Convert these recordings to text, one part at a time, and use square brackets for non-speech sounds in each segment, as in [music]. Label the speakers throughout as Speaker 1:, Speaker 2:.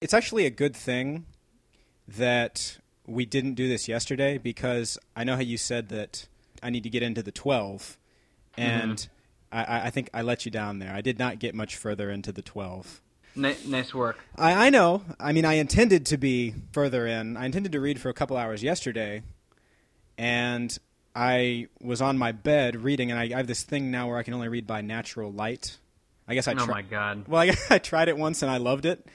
Speaker 1: it's actually a good thing that we didn't do this yesterday because I know how you said that I need to get into the 12, and
Speaker 2: Mm-hmm.
Speaker 1: I I, I think I let you down there. I did not get much further into the 12.
Speaker 2: Ni- nice work.
Speaker 1: I, I know. I mean, I intended to be further in. I intended to read for a couple hours yesterday, and I was on my bed reading, and I, I have this thing now where I can only read by natural light. I guess I
Speaker 2: oh
Speaker 1: tri-
Speaker 2: my god.
Speaker 1: well, I, [laughs] I tried it once and I loved it,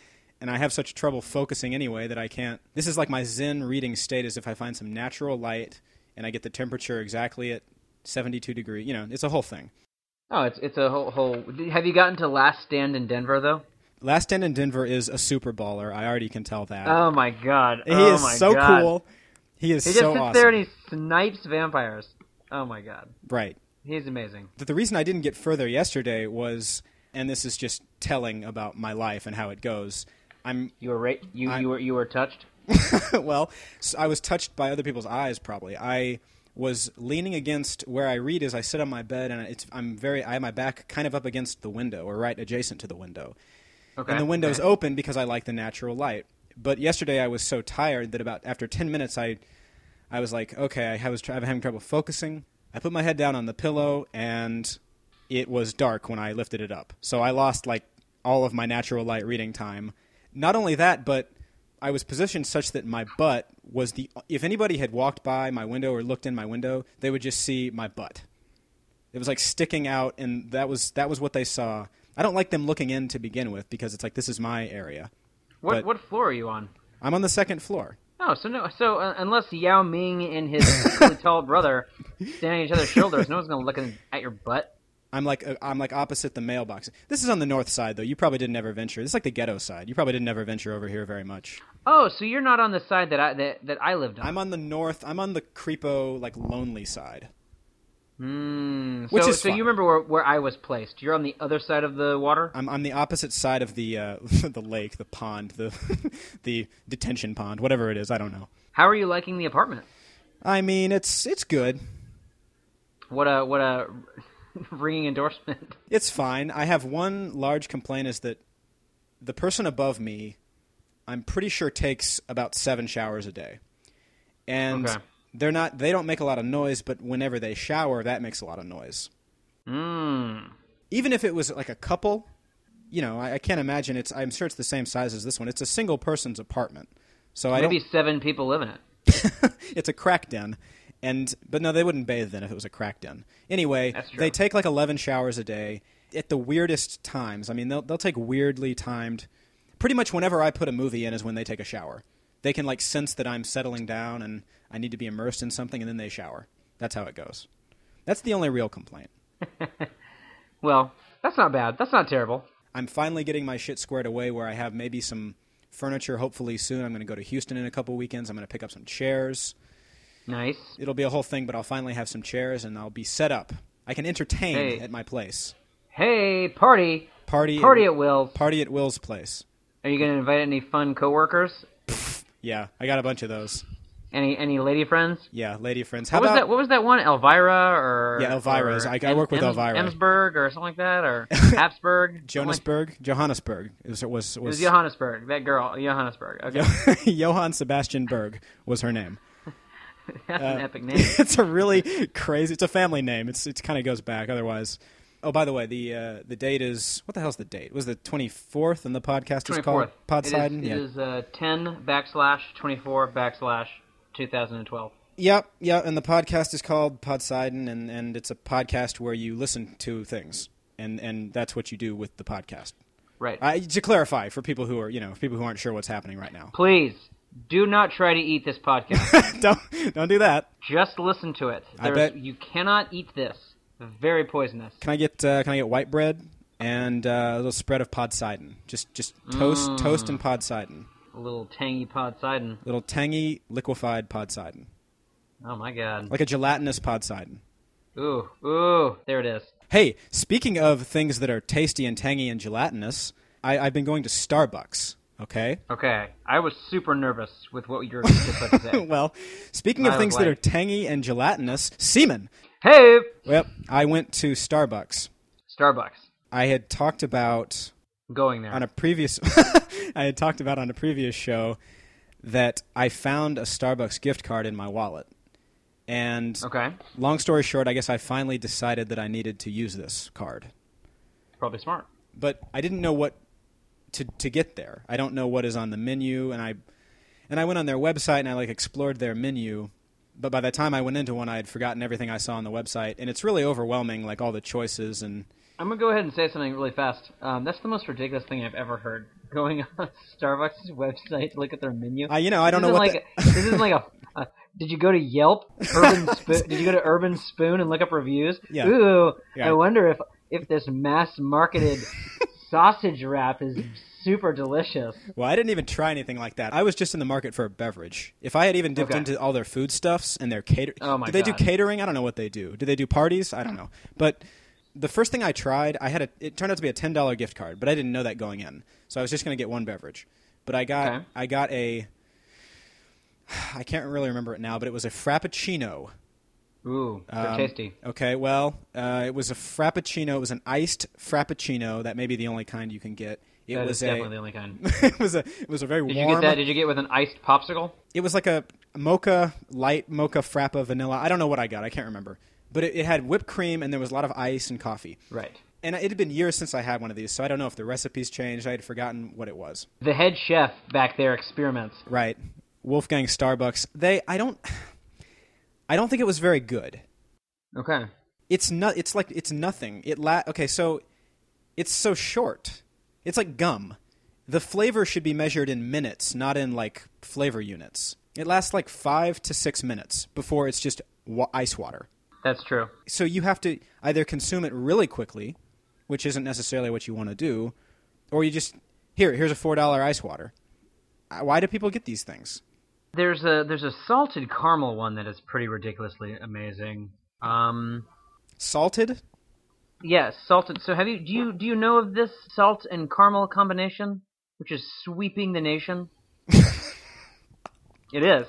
Speaker 1: and I have such trouble focusing anyway that I can't. This is like my Zen reading state: is if I find some natural light and I get the temperature exactly at seventy-two degree. You know, it's a whole thing.
Speaker 2: Oh, it's it's a whole whole. Have you gotten to Last Stand in Denver though?
Speaker 1: Last Stand in Denver is a super baller. I already can tell that.
Speaker 2: Oh my god.
Speaker 1: he
Speaker 2: oh
Speaker 1: is
Speaker 2: my
Speaker 1: so
Speaker 2: god.
Speaker 1: cool. He is
Speaker 2: He just
Speaker 1: so
Speaker 2: sits
Speaker 1: awesome.
Speaker 2: there and he snipes vampires. Oh my god.
Speaker 1: right.
Speaker 2: He's amazing.
Speaker 1: But the reason I didn't get further yesterday was, and this is just telling about my life and how it goes. I'm
Speaker 2: You were right. You
Speaker 1: I-
Speaker 2: you were you were touched.
Speaker 1: [laughs] well, s I I was touched by other people's eyes. Probably, I was leaning against where I read as I sit on my bed, and it's I'm very I have my back kind of up against the window or right adjacent to the window,
Speaker 2: Okay.
Speaker 1: and the window's
Speaker 2: okay.
Speaker 1: open because I like the natural light. But yesterday I was so tired that about after ten minutes I, I was like, okay, I was tr- I'm having trouble focusing. I put my head down on the pillow and it was dark when I lifted it up, so I lost like all of my natural light reading time. Not only that, but I was positioned such that my butt was the. If anybody had walked by my window or looked in my window, they would just see my butt. It was like sticking out, and that was that was what they saw. I don't like them looking in to begin with because it's like this is my area.
Speaker 2: What
Speaker 1: but-
Speaker 2: what floor are you on?
Speaker 1: I'm on the second floor.
Speaker 2: Oh, so no, so uh, unless Yao Ming and his
Speaker 1: [laughs]
Speaker 2: really tall brother standing on each other's shoulders, no one's gonna look in, at your butt.
Speaker 1: I'm like uh, I'm like opposite the mailbox. This is on the north side though. You probably didn't ever venture. This is like the ghetto side. You probably didn't ever venture over here very much.
Speaker 2: Oh, so you're not on the side that I that, that I lived on.
Speaker 1: I'm on the north. I'm on the creepo like lonely side.
Speaker 2: Mm, so,
Speaker 1: Which is
Speaker 2: so
Speaker 1: fine.
Speaker 2: you remember where, where I was placed? You're on the other side of the water.
Speaker 1: I'm on the opposite side of the uh, [laughs] the lake, the pond, the [laughs] the detention pond, whatever it is. I don't know.
Speaker 2: How are you liking the apartment?
Speaker 1: I mean, it's it's good.
Speaker 2: What a what a [laughs] ringing endorsement.
Speaker 1: It's fine. I have one large complaint is that the person above me, I'm pretty sure takes about 7 showers a day. And
Speaker 2: Okay.
Speaker 1: they're not they don't make a lot of noise, but whenever they shower, that makes a lot of noise.
Speaker 2: Mm.
Speaker 1: Even if it was like a couple, you know, I, I can't imagine it's I'm sure it's the same size as this one. It's a single person's apartment. So I
Speaker 2: Maybe
Speaker 1: don't
Speaker 2: seven people live in it.
Speaker 1: it's a crack den. And but no, they wouldn't bathe then if it was a crack den. Anyway,
Speaker 2: That's true.
Speaker 1: they take like eleven showers a day at the weirdest times. I mean, they'll they'll take weirdly timed. Pretty much whenever I put a movie in is when they take a shower. They can like sense that I'm settling down and I need to be immersed in something, and then they shower. That's how it goes. That's the only real complaint.
Speaker 2: Well, that's not bad. That's not terrible.
Speaker 1: I'm finally getting my shit squared away where I have maybe some furniture. Hopefully soon. I'm going to go to Houston in a couple weekends. I'm going to pick up some chairs.
Speaker 2: Nice.
Speaker 1: it'll be a whole thing, but I'll finally have some chairs and I'll be set up. I can entertain
Speaker 2: Hey.
Speaker 1: at my place.
Speaker 2: Hey, party,
Speaker 1: Party
Speaker 2: party
Speaker 1: at,
Speaker 2: at will.
Speaker 1: party at Will's place.
Speaker 2: Are you gonna invite any fun coworkers?
Speaker 1: Yeah, I got a bunch of those.
Speaker 2: Any any lady friends?
Speaker 1: Yeah, lady friends. How
Speaker 2: What was
Speaker 1: about
Speaker 2: that? What was that one? Elvira or
Speaker 1: Yeah, Elvira is-
Speaker 2: or
Speaker 1: I- I work with Elvira.
Speaker 2: Emsburg or something like that,
Speaker 1: [laughs]
Speaker 2: or Habsburg. Something like-
Speaker 1: Johannesburg? Johannesburg was was,
Speaker 2: It was
Speaker 1: was
Speaker 2: Johannesburg. That girl, Johannesburg.
Speaker 1: [laughs]
Speaker 2: Okay,
Speaker 1: Johann Sebastian Berg was her name.
Speaker 2: [laughs]
Speaker 1: [laughs]
Speaker 2: that's
Speaker 1: uh,
Speaker 2: an epic name.
Speaker 1: it's a really crazy. It's a family name. It's it kind of goes back. Otherwise, oh by the way, the uh, the date is what the hell's the date? Was the twenty fourth and the podcast
Speaker 2: Twenty
Speaker 1: is called
Speaker 2: fourth.
Speaker 1: Podsiding?
Speaker 2: It
Speaker 1: Yeah.
Speaker 2: is uh, ten backslash twenty four backslash two thousand and twelve.
Speaker 1: Yep, yeah, and the podcast is called Podsidon, and and it's a podcast where you listen to things, and and that's what you do with the podcast.
Speaker 2: Right.
Speaker 1: I, to clarify for people who are you know people who aren't sure what's happening right now, [laughs]
Speaker 2: Please do not try to eat this podcast.
Speaker 1: don't don't do that.
Speaker 2: Just listen to it.
Speaker 1: I
Speaker 2: There's-
Speaker 1: bet-
Speaker 2: you cannot eat this. Very poisonous.
Speaker 1: Can I get uh, can I get white bread and uh, a little spread of Podsidon? Just just toast toast and Podsidon,
Speaker 2: A little tangy pod siding.
Speaker 1: little tangy liquefied Podsidon,
Speaker 2: Oh my god.
Speaker 1: like a gelatinous Podsidon.
Speaker 2: Ooh, ooh. There it is.
Speaker 1: Hey, speaking of things that are tasty and tangy and gelatinous, I, I've been going to Starbucks. Okay.
Speaker 2: Okay, I was super nervous with what you were just about to
Speaker 1: [laughs]
Speaker 2: say.
Speaker 1: well, speaking
Speaker 2: I
Speaker 1: of
Speaker 2: was
Speaker 1: things that are
Speaker 2: like-
Speaker 1: tangy and gelatinous, semen.
Speaker 2: hey,
Speaker 1: Well, I went to Starbucks.
Speaker 2: Starbucks,
Speaker 1: I had talked about
Speaker 2: going there.
Speaker 1: on a previous [laughs] I had talked about on a previous show that I found a Starbucks gift card in my wallet. And
Speaker 2: Okay.
Speaker 1: long story short, I guess I finally decided that I needed to use this card.
Speaker 2: Probably smart.
Speaker 1: But I didn't know what to to get there. I don't know what is on the menu and I and I went on their website and I like explored their menu, but by the time I went into one I had forgotten everything I saw on the website and it's really overwhelming like all the choices and
Speaker 2: I'm gonna go ahead and say something really fast. Um, that's the most ridiculous thing I've ever heard. [laughs] Going on Starbucks' website to look at their menu.
Speaker 1: I you know, I don't
Speaker 2: This
Speaker 1: know what
Speaker 2: isn't like
Speaker 1: [laughs] the-
Speaker 2: this isn't like a. Uh, did you go to Yelp?
Speaker 1: [laughs]
Speaker 2: Urban Spoon? did you go to Urban Spoon and look up reviews?
Speaker 1: Yeah.
Speaker 2: Ooh,
Speaker 1: Yeah.
Speaker 2: I wonder if if this
Speaker 1: [laughs]
Speaker 2: mass marketed sausage wrap is super delicious.
Speaker 1: Well, I didn't even try anything like that. I was just in the market for a beverage. If I had even dipped
Speaker 2: Okay.
Speaker 1: into all their foodstuffs and their catering,
Speaker 2: Oh, my
Speaker 1: do they do
Speaker 2: God.
Speaker 1: catering? I don't know what they do. Do they do parties? I don't know. But the first thing I tried, I had a. It turned out to be a ten dollar gift card, but I didn't know that going in, so I was just going to get one beverage. But I got
Speaker 2: Okay.
Speaker 1: I got a. [sighs] I can't really remember it now, but it was a frappuccino.
Speaker 2: Ooh, they're
Speaker 1: Um,
Speaker 2: tasty.
Speaker 1: Okay, well, uh, it was a frappuccino. It was an iced frappuccino. That may be the only kind you can get. It
Speaker 2: That
Speaker 1: was
Speaker 2: is
Speaker 1: a.
Speaker 2: definitely the only kind.
Speaker 1: [laughs] it was a. It was a very
Speaker 2: Did
Speaker 1: warm.
Speaker 2: you get that? Did you get with an iced popsicle?
Speaker 1: it was like a mocha light mocha frappa vanilla i don't know what i got i can't remember but it, it had whipped cream and there was a lot of ice and coffee
Speaker 2: Right.
Speaker 1: and it had been years since i had one of these so i don't know if the recipes changed i had forgotten what it was
Speaker 2: The head chef back there experiments.
Speaker 1: right wolfgang starbucks they i don't [sighs] i don't think it was very good
Speaker 2: Okay.
Speaker 1: it's not it's like it's nothing it la- okay so it's so short it's like gum the flavor should be measured in minutes not in like flavor units it lasts like five to six minutes before it's just wa- ice water
Speaker 2: That's true.
Speaker 1: so you have to either consume it really quickly, which isn't necessarily what you want to do, or you just here here's a four dollar ice water. Uh, Why do people get these things?
Speaker 2: There's a there's a salted caramel one that is pretty ridiculously amazing. Um,
Speaker 1: Salted?
Speaker 2: yes, salted. So have you do you do you know of this salt and caramel combination, which is sweeping the nation? it is.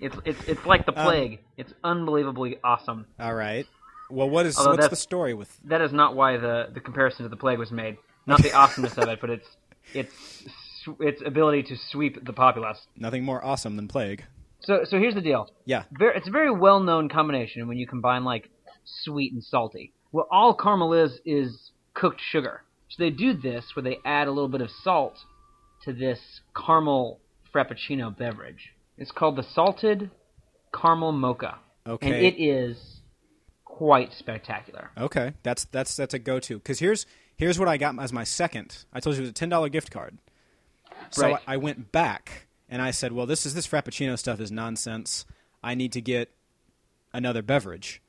Speaker 2: It's it's it's like the plague. it's unbelievably awesome.
Speaker 1: All right. Well, what is
Speaker 2: Although
Speaker 1: what's the
Speaker 2: that's-
Speaker 1: story with?
Speaker 2: That is not why the the comparison to the plague was made. Not the awesomeness of it, but it's it's sw- its ability to sweep the populace.
Speaker 1: Nothing more awesome than plague.
Speaker 2: So so here's the deal.
Speaker 1: Yeah.
Speaker 2: ver- it's a very well known combination when you combine like sweet and salty. Well, all caramel is is cooked sugar. So they do this where they add a little bit of salt to this caramel frappuccino beverage. It's called the salted caramel mocha,
Speaker 1: Okay.
Speaker 2: and it is quite spectacular.
Speaker 1: Okay, that's that's that's a go-to. Because here's here's what I got as my second. I told you it was a ten dollar gift card. So
Speaker 2: Right.
Speaker 1: I, I went back and I said, "Well, this is this frappuccino stuff is nonsense. I need to get another beverage."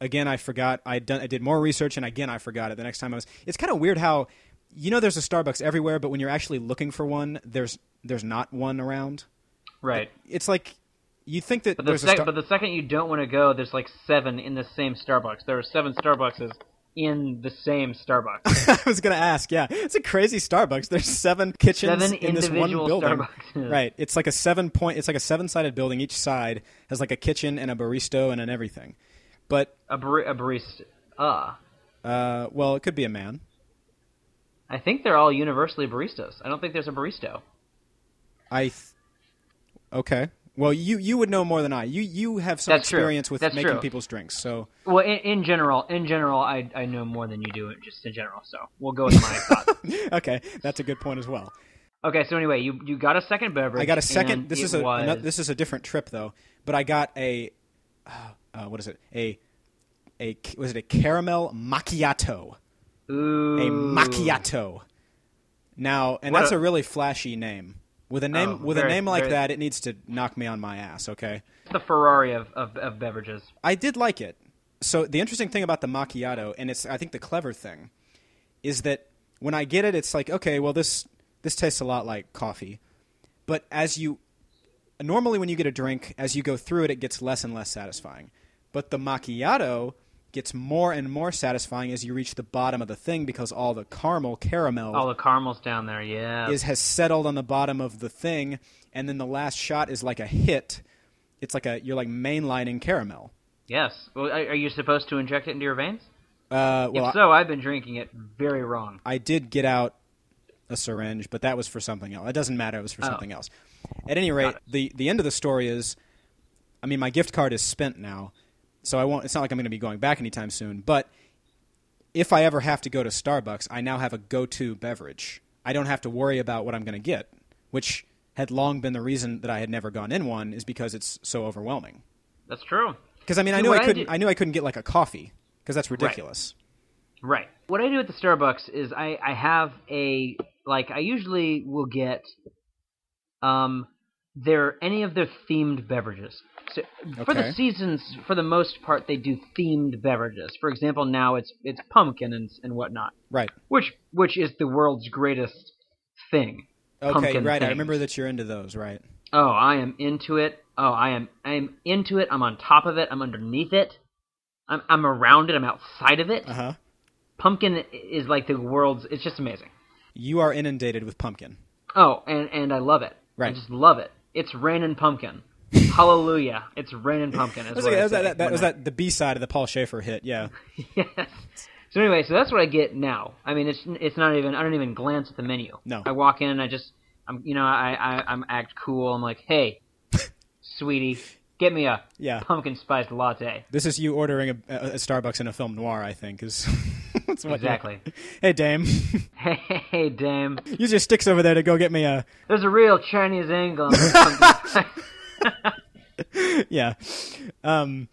Speaker 1: Again, I forgot. I done I did more research, and again I forgot it. The next time I was, it's kind of weird how you know there's a Starbucks everywhere, but when you're actually looking for one, there's there's not one around.
Speaker 2: Right.
Speaker 1: It's like you think that
Speaker 2: But the,
Speaker 1: there's
Speaker 2: sec-
Speaker 1: a Star-
Speaker 2: but the second you don't want to go, there's like seven in the same Starbucks. There are seven Starbuckses in the same
Speaker 1: [laughs]
Speaker 2: Starbucks.
Speaker 1: I was gonna ask. Yeah, it's a crazy Starbucks. There's seven kitchens
Speaker 2: Seven
Speaker 1: in this one
Speaker 2: individual
Speaker 1: building.
Speaker 2: Starbucks. [laughs]
Speaker 1: Right. It's like a seven point. It's like a seven sided building. Each side has like a kitchen and a barista and an everything. But
Speaker 2: A, bar- a barista. Uh,
Speaker 1: uh, well, it could be a man.
Speaker 2: I think they're all universally baristas. I don't think there's a barista.
Speaker 1: I. Th- okay. Well, you you would know more than I. You you have some
Speaker 2: That's true.
Speaker 1: experience with
Speaker 2: That's
Speaker 1: making
Speaker 2: true.
Speaker 1: people's drinks. So [laughs]
Speaker 2: Well, in, in general, in general, I, I know more than you do, just in general. So we'll go with
Speaker 1: [laughs]
Speaker 2: my thought.
Speaker 1: okay, that's a good point as well.
Speaker 2: Okay, so anyway, you you got a second beverage.
Speaker 1: I got a second.
Speaker 2: and
Speaker 1: This
Speaker 2: it
Speaker 1: is a
Speaker 2: was-
Speaker 1: ano- this is a different trip though. But I got a uh, uh, what is it? A a was it a caramel macchiato?
Speaker 2: ooh,
Speaker 1: a macchiato. Now, and
Speaker 2: What
Speaker 1: that's a,
Speaker 2: a-
Speaker 1: really flashy name. With a name
Speaker 2: Oh,
Speaker 1: with a
Speaker 2: very-
Speaker 1: name like
Speaker 2: very-
Speaker 1: that, it needs to knock me on my ass. Okay,
Speaker 2: The Ferrari of, of, of beverages.
Speaker 1: I did like it. So the interesting thing about the macchiato, and it's I think the clever thing, is that when I get it, it's like okay, well this this tastes a lot like coffee, but as you normally when you get a drink, as you go through it, it gets less and less satisfying. But the macchiato gets more and more satisfying as you reach the bottom of the thing because all the caramel caramel
Speaker 2: All the caramels down there. Yeah.
Speaker 1: is has settled on the bottom of the thing, and then the last shot is like a hit. It's like a you're like mainlining caramel.
Speaker 2: yes. Well, are are you supposed to inject it into your veins?
Speaker 1: Uh, well,
Speaker 2: if so, I've been drinking it very wrong.
Speaker 1: I, I did get out a syringe, but that was for something else. It doesn't matter. It was for
Speaker 2: Oh.
Speaker 1: something else. At any rate,
Speaker 2: it.
Speaker 1: the the end of the story is, I mean, my gift card is spent now, so I won't. It's not like I'm going to be going back anytime soon. But if I ever have to go to Starbucks, I now have a go-to beverage. I don't have to worry about what I'm going to get, which had long been the reason that I had never gone in one is because it's so overwhelming.
Speaker 2: That's true.
Speaker 1: Because I mean, I
Speaker 2: See,
Speaker 1: knew
Speaker 2: what
Speaker 1: I
Speaker 2: I
Speaker 1: couldn't.
Speaker 2: do-
Speaker 1: I, knew I couldn't get like a coffee because that's ridiculous.
Speaker 2: Right. What I do at the Starbucks is I, I have a like I usually will get um their any of their themed beverages. So for
Speaker 1: Okay.
Speaker 2: the seasons, for the most part, they do themed beverages. For example, now it's it's pumpkin and and whatnot,
Speaker 1: Right.
Speaker 2: which which is the world's greatest thing.
Speaker 1: Okay.
Speaker 2: Pumpkin
Speaker 1: right. I
Speaker 2: things.
Speaker 1: remember that you're into those. Right.
Speaker 2: Oh, I am into it. Oh, I am I am into it. I'm on top of it. I'm underneath it. I'm I'm around it. I'm outside of it.
Speaker 1: Uh huh.
Speaker 2: Pumpkin is like the world's. It's just amazing.
Speaker 1: You are inundated with pumpkin.
Speaker 2: Oh, and and I love it.
Speaker 1: Right.
Speaker 2: I just love it. It's rain
Speaker 1: [laughs]
Speaker 2: and pumpkin. Hallelujah! It's rain and pumpkin. Is
Speaker 1: That was,
Speaker 2: what
Speaker 1: like-
Speaker 2: I
Speaker 1: that was
Speaker 2: say
Speaker 1: that, that- that
Speaker 2: when
Speaker 1: was
Speaker 2: I-
Speaker 1: that the B side of the Paul Schaefer hit. Yeah.
Speaker 2: yes. So anyway, so that's what I get now. I mean, it's it's not even. I don't even glance at the menu.
Speaker 1: No.
Speaker 2: I walk in and I just, I'm you know, I, I I'm act cool. I'm like,
Speaker 1: [laughs]
Speaker 2: hey, sweetie, get me a
Speaker 1: Yeah.
Speaker 2: pumpkin spiced latte. [laughs]
Speaker 1: This is you ordering a, a, a Starbucks in a film noir. I think is. [laughs] that's what
Speaker 2: Exactly.
Speaker 1: Hey dame, [laughs]
Speaker 2: Hey, hey, hey, dame.
Speaker 1: use your sticks over there to go get me a.
Speaker 2: There's a real Chinese angle. on
Speaker 1: [laughs]
Speaker 2: this pumpkin spice.
Speaker 1: Yeah. Um,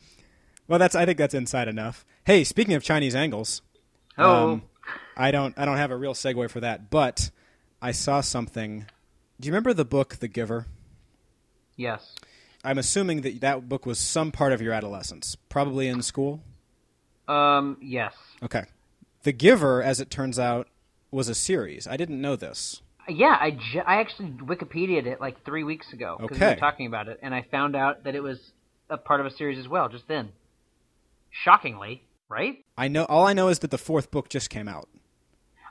Speaker 1: well, that's. I think that's inside enough. Hey, speaking of Chinese angles,
Speaker 2: oh,
Speaker 1: Um, I don't. I don't have a real segue for that, but I saw something. Do you remember the book The Giver?
Speaker 2: yes.
Speaker 1: I'm assuming that that book was some part of your adolescence, probably in school.
Speaker 2: Um, yes.
Speaker 1: Okay. The Giver, as it turns out, was a series. I didn't know this.
Speaker 2: Yeah, I, ju- I actually Wikipedia'd it like three weeks ago because we
Speaker 1: Okay.
Speaker 2: were talking about it, and I found out that it was a part of a series as well, just then. Shockingly, right?
Speaker 1: I know all I know is that the fourth book just came out.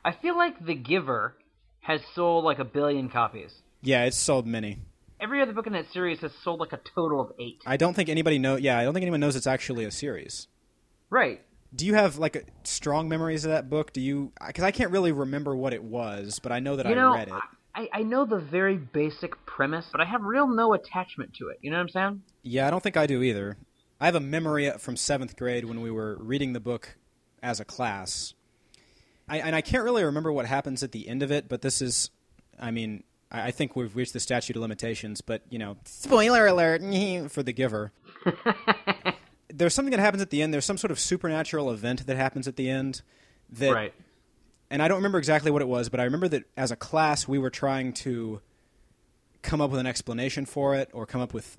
Speaker 2: I feel like The Giver has sold like a billion copies.
Speaker 1: Yeah, it's sold many.
Speaker 2: Every other book in that series has sold like a total of eight.
Speaker 1: I don't think anybody know. Yeah, I don't think anyone knows it's actually a series.
Speaker 2: Right.
Speaker 1: Do you have like a, strong memories of that book? Do you? Because I can't really remember what it was, but I know that
Speaker 2: You
Speaker 1: I
Speaker 2: know,
Speaker 1: read it.
Speaker 2: I, I know the very basic premise, but I have real no attachment to it. You know what I'm saying?
Speaker 1: Yeah, I don't think I do either. I have a memory from seventh grade when we were reading the book as a class. I, and I can't really remember what happens at the end of it, but this is, I mean, I, I think we've reached the statute of limitations, but, you know, spoiler alert [laughs] for the giver. There's something that happens at the end. There's some sort of supernatural event that happens at the end that
Speaker 2: right.
Speaker 1: and I don't remember exactly what it was, but I remember that as a class we were trying to come up with an explanation for it or come up with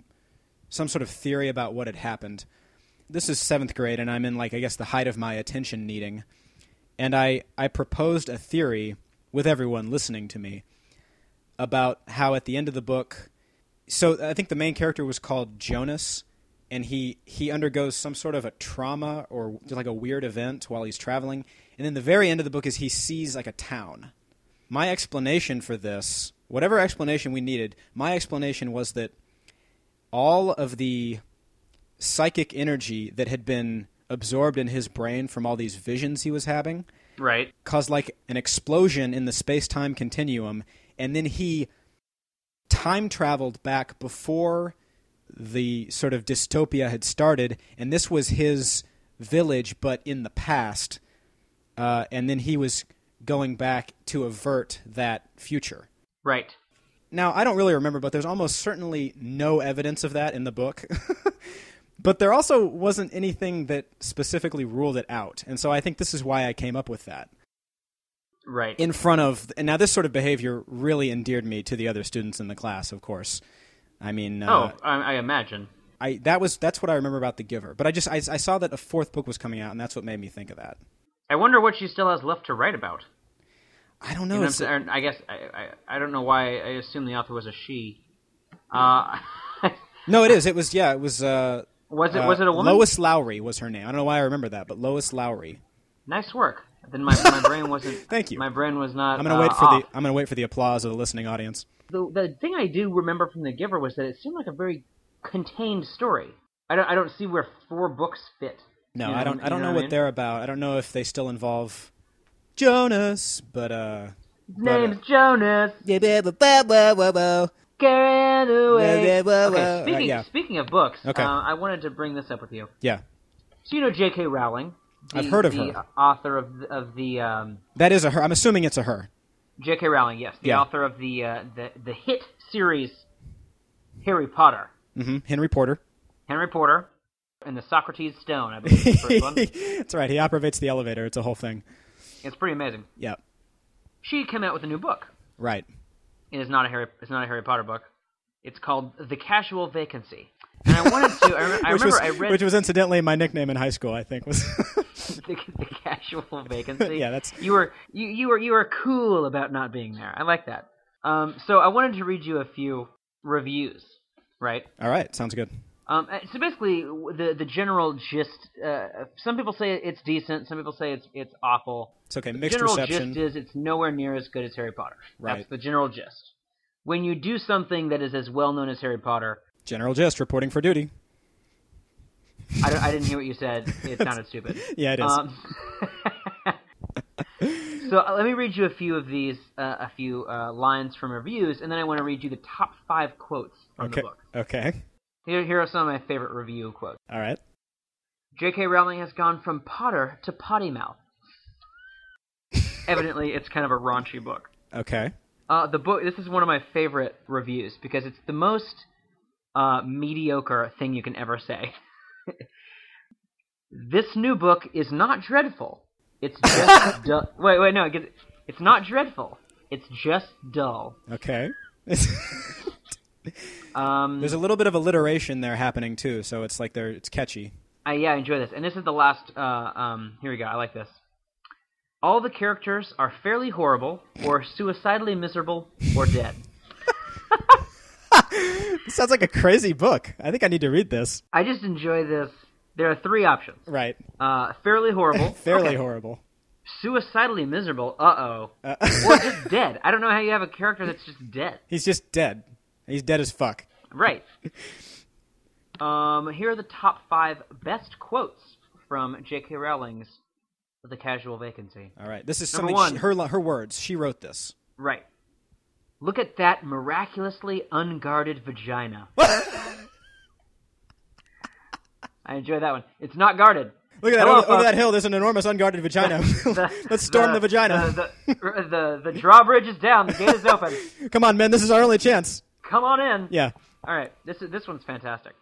Speaker 1: some sort of theory about what had happened. This is seventh grade, and I'm in like I guess the height of my attention needing, and I I proposed a theory with everyone listening to me about how at the end of the book, so I think the main character was called Jonas, and he he undergoes some sort of a trauma or like a weird event while he's traveling, and then the very end of the book is he sees like a town. My explanation for this, whatever explanation we needed, my explanation was that all of the psychic energy that had been absorbed in his brain from all these visions he was having
Speaker 2: Right.
Speaker 1: caused like an explosion in the space time continuum, and then he time traveled back before the sort of dystopia had started, and this was his village, but in the past, uh, and then he was going back to avert that future.
Speaker 2: Right.
Speaker 1: Now, I don't really remember, but there's almost certainly no evidence of that in the book. [laughs] but there also wasn't anything that specifically ruled it out. And so I think this is why I came up with that
Speaker 2: Right.
Speaker 1: in front of and now this sort of behavior really endeared me to the other students in the class of course i mean uh,
Speaker 2: oh, I, I imagine.
Speaker 1: i that was that's what i remember about the giver but i just I, I saw that a fourth book was coming out and that's what made me think of that
Speaker 2: I wonder what she still has left to write about.
Speaker 1: i don't know
Speaker 2: You know what I'm
Speaker 1: it's-
Speaker 2: saying? I guess I, I, I don't know why I assume the author was a she. Uh, [laughs]
Speaker 1: no it is it was yeah it was uh
Speaker 2: was it
Speaker 1: uh,
Speaker 2: was it a woman?
Speaker 1: Lois Lowry was her name. I don't know why I remember that, but Lois Lowry.
Speaker 2: Nice work. Then my, my brain wasn't.
Speaker 1: [laughs] Thank you.
Speaker 2: My brain was not.
Speaker 1: I'm gonna
Speaker 2: uh,
Speaker 1: wait for
Speaker 2: off.
Speaker 1: the I'm gonna wait for the applause of the listening audience.
Speaker 2: the. The thing I do remember from The Giver was that it seemed like a very contained story. I don't I don't see where four books fit.
Speaker 1: No,
Speaker 2: You
Speaker 1: I don't
Speaker 2: you
Speaker 1: I don't know what
Speaker 2: mean?
Speaker 1: they're about. I don't know if they still involve Jonas, but uh
Speaker 2: His name's Jonas.
Speaker 1: Okay.
Speaker 2: Get away.
Speaker 1: Whoa, whoa, whoa,
Speaker 2: Okay,
Speaker 1: whoa.
Speaker 2: speaking,
Speaker 1: Uh, yeah.
Speaker 2: speaking of books,
Speaker 1: Okay.
Speaker 2: uh, I wanted to bring this up with you.
Speaker 1: Yeah.
Speaker 2: So you know J.K. Rowling? the-
Speaker 1: I've heard of
Speaker 2: the
Speaker 1: her.
Speaker 2: author of the, of the um,
Speaker 1: That is a her. I'm assuming it's a her.
Speaker 2: J.K. Rowling, yes, the
Speaker 1: Yeah.
Speaker 2: author of the, uh, the the hit series Harry Potter,
Speaker 1: hmm Henry Porter.
Speaker 2: Henry Porter, and the Socrates Stone. I believe is the first one.
Speaker 1: [laughs] That's right. He operates the elevator. It's a whole thing.
Speaker 2: It's pretty amazing.
Speaker 1: Yeah.
Speaker 2: She came out with a new book.
Speaker 1: Right.
Speaker 2: It is not a Harry. It's not a Harry Potter book. It's called The Casual Vacancy. And I wanted to. I, rem-
Speaker 1: [laughs]
Speaker 2: I
Speaker 1: which
Speaker 2: remember
Speaker 1: was,
Speaker 2: I read
Speaker 1: which was incidentally my nickname in high school. I think was. [laughs]
Speaker 2: the, the casual vacancy.
Speaker 1: Yeah, that's-
Speaker 2: you were you, you were you were cool about not being there. I like that. Um, so I wanted to read you a few reviews, right?
Speaker 1: All right. Sounds good.
Speaker 2: Um, uh, so basically, w- the the general gist. Uh, some people say it's decent. Some people say it's it's awful.
Speaker 1: It's okay. Mixed
Speaker 2: general
Speaker 1: reception.
Speaker 2: gist is it's nowhere near as good as Harry Potter. That's
Speaker 1: Right.
Speaker 2: the general gist. When you do something that is as well known as Harry Potter,
Speaker 1: General gist. Reporting for duty.
Speaker 2: I, don't- I didn't hear what you said. It sounded stupid.
Speaker 1: Yeah, it is.
Speaker 2: Um, [laughs] so uh, let me read you a few of these, uh, a few uh, lines from reviews, and then I want to read you the top five quotes from
Speaker 1: okay.
Speaker 2: the book.
Speaker 1: Okay.
Speaker 2: Here, here are some of my favorite review quotes.
Speaker 1: All right.
Speaker 2: J.K. Rowling has gone from Potter to potty mouth. Evidently, it's kind of a raunchy book.
Speaker 1: Okay.
Speaker 2: Uh, the book. This is one of my favorite reviews because it's the most uh, mediocre thing you can ever say. [laughs] this new book is not dreadful. It's just dull. Wait, wait, no. get- It's not dreadful. It's just dull.
Speaker 1: Okay. [laughs]
Speaker 2: Um,
Speaker 1: There's a little bit of alliteration there happening too, so it's like they're it's catchy.
Speaker 2: I, yeah, I enjoy this. And this is the last. Uh, um, here we go. I like this. All the characters are fairly horrible, or suicidally miserable, or dead.
Speaker 1: This sounds like a crazy book. I think I need to read this.
Speaker 2: I just enjoy this. There are three options.
Speaker 1: Right.
Speaker 2: Uh, fairly horrible.
Speaker 1: Fairly
Speaker 2: Okay.
Speaker 1: horrible.
Speaker 2: suicidally miserable. Uh oh.
Speaker 1: Uh,
Speaker 2: [laughs] Or just dead. I don't know how you have a character that's just dead.
Speaker 1: he's just dead. He's dead as fuck.
Speaker 2: Right. Um, here are the top five best quotes from J.K. Rowling's The Casual Vacancy.
Speaker 1: All right. This is
Speaker 2: Number
Speaker 1: something she,
Speaker 2: one.
Speaker 1: her li- her words. She wrote this.
Speaker 2: Right. Look at that miraculously unguarded
Speaker 1: [laughs]
Speaker 2: vagina. I enjoy that one. It's not guarded.
Speaker 1: Look at that
Speaker 2: Hello,
Speaker 1: over, over
Speaker 2: folks.
Speaker 1: that hill. There's an enormous unguarded
Speaker 2: [laughs]
Speaker 1: vagina. [laughs] Let's storm the, vagina.
Speaker 2: The, the, the, the drawbridge is down. The gate
Speaker 1: [laughs]
Speaker 2: is open.
Speaker 1: Come on, men. This is our only chance.
Speaker 2: Come on in.
Speaker 1: Yeah.
Speaker 2: All right, this is, this one's fantastic.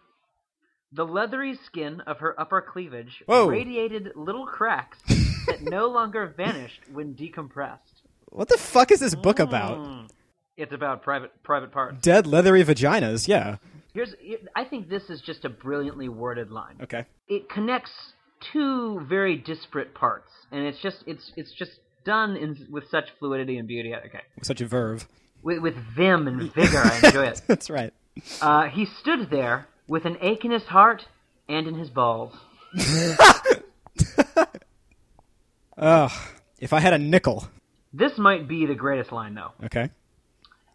Speaker 2: The leathery skin of her upper cleavage
Speaker 1: Whoa.
Speaker 2: radiated little
Speaker 1: [laughs]
Speaker 2: cracks that no longer vanished when decompressed.
Speaker 1: What the fuck is this book
Speaker 2: Mm.
Speaker 1: about?
Speaker 2: It's about private private parts.
Speaker 1: Dead leathery vaginas. Yeah.
Speaker 2: Here's I think this is just a brilliantly worded line.
Speaker 1: Okay.
Speaker 2: It connects two very disparate parts, and it's just it's it's just done in, with such fluidity and beauty. Okay,
Speaker 1: Such a verve. [laughs]
Speaker 2: with, with vim and vigor, I enjoy it.
Speaker 1: That's right.
Speaker 2: Uh, he stood there with an ache in his heart and in his balls.
Speaker 1: Ugh. If I had a nickel.
Speaker 2: This might be the greatest line though.
Speaker 1: Okay.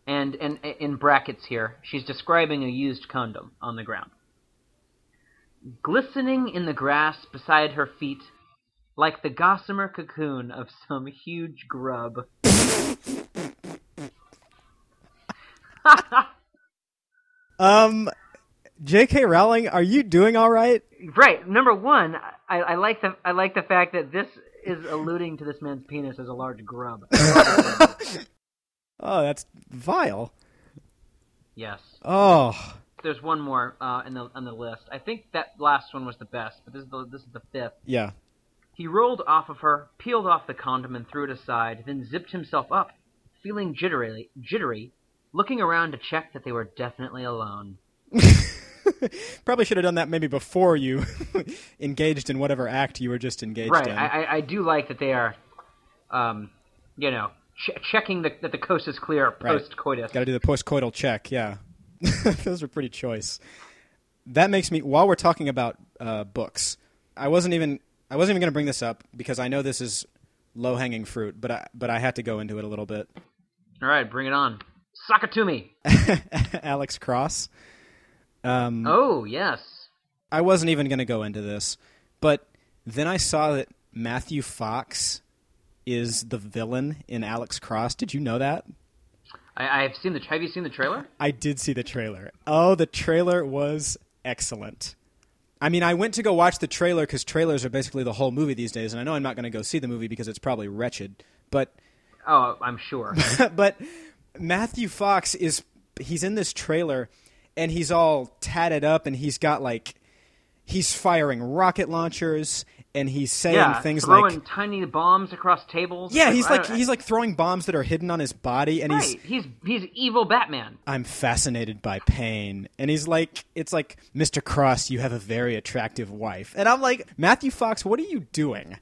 Speaker 2: And and in brackets here, she's describing a used condom on the ground. Glistening in the grass beside her feet, like the gossamer cocoon of some huge grub.
Speaker 1: Um, J.K. Rowling, are you doing all right?
Speaker 2: Right, number one, I, I like the I like the fact that this is alluding to this man's penis as a large grub.
Speaker 1: Oh, that's vile.
Speaker 2: yes.
Speaker 1: Oh,
Speaker 2: There's one more uh, in the on the list. I think that last one was the best, but this is the this is the fifth.
Speaker 1: yeah.
Speaker 2: He rolled off of her, peeled off the condom and threw it aside, then zipped himself up, feeling jittery, jittery, looking around to check that they were definitely alone.
Speaker 1: Probably should have done that maybe before you [laughs] engaged in whatever act you were just engaged
Speaker 2: Right,
Speaker 1: in.
Speaker 2: I, I, I do like that they are, um, you know, ch- checking the, that the coast is clear
Speaker 1: Right.
Speaker 2: post coitus.
Speaker 1: Got to do the postcoital check. Yeah, [laughs] those are pretty choice. That makes me. While we're talking about uh, books, I wasn't even I wasn't even going to bring this up because I know this is low hanging fruit, but I but I had to go into it a little bit. [laughs]
Speaker 2: All right, bring it on. Sakatumi!
Speaker 1: Alex Cross.
Speaker 2: oh, yes.
Speaker 1: I wasn't even going to go into this, but then I saw that Matthew Fox is the villain in Alex Cross. Did you know that?
Speaker 2: I, I've seen the. Have you seen the trailer?
Speaker 1: I did see the trailer. Oh, the trailer was excellent. I mean, I went to go watch the trailer because trailers are basically the whole movie these days, and I know I'm not going to go see the movie because it's probably wretched. But [laughs]
Speaker 2: Oh, I'm sure.
Speaker 1: but Matthew Fox is he's in this trailer and he's all tatted up and he's got like he's firing rocket launchers and he's saying
Speaker 2: yeah,
Speaker 1: things
Speaker 2: throwing
Speaker 1: like
Speaker 2: tiny bombs across tables.
Speaker 1: yeah he's
Speaker 2: I
Speaker 1: like
Speaker 2: don't-
Speaker 1: he's like throwing bombs that are hidden on his body and he's
Speaker 2: right. He's he's evil Batman.
Speaker 1: I'm fascinated by pain. And he's like, it's like, Mr. Cross, you have a very attractive wife. And I'm like, Matthew Fox, what are you doing?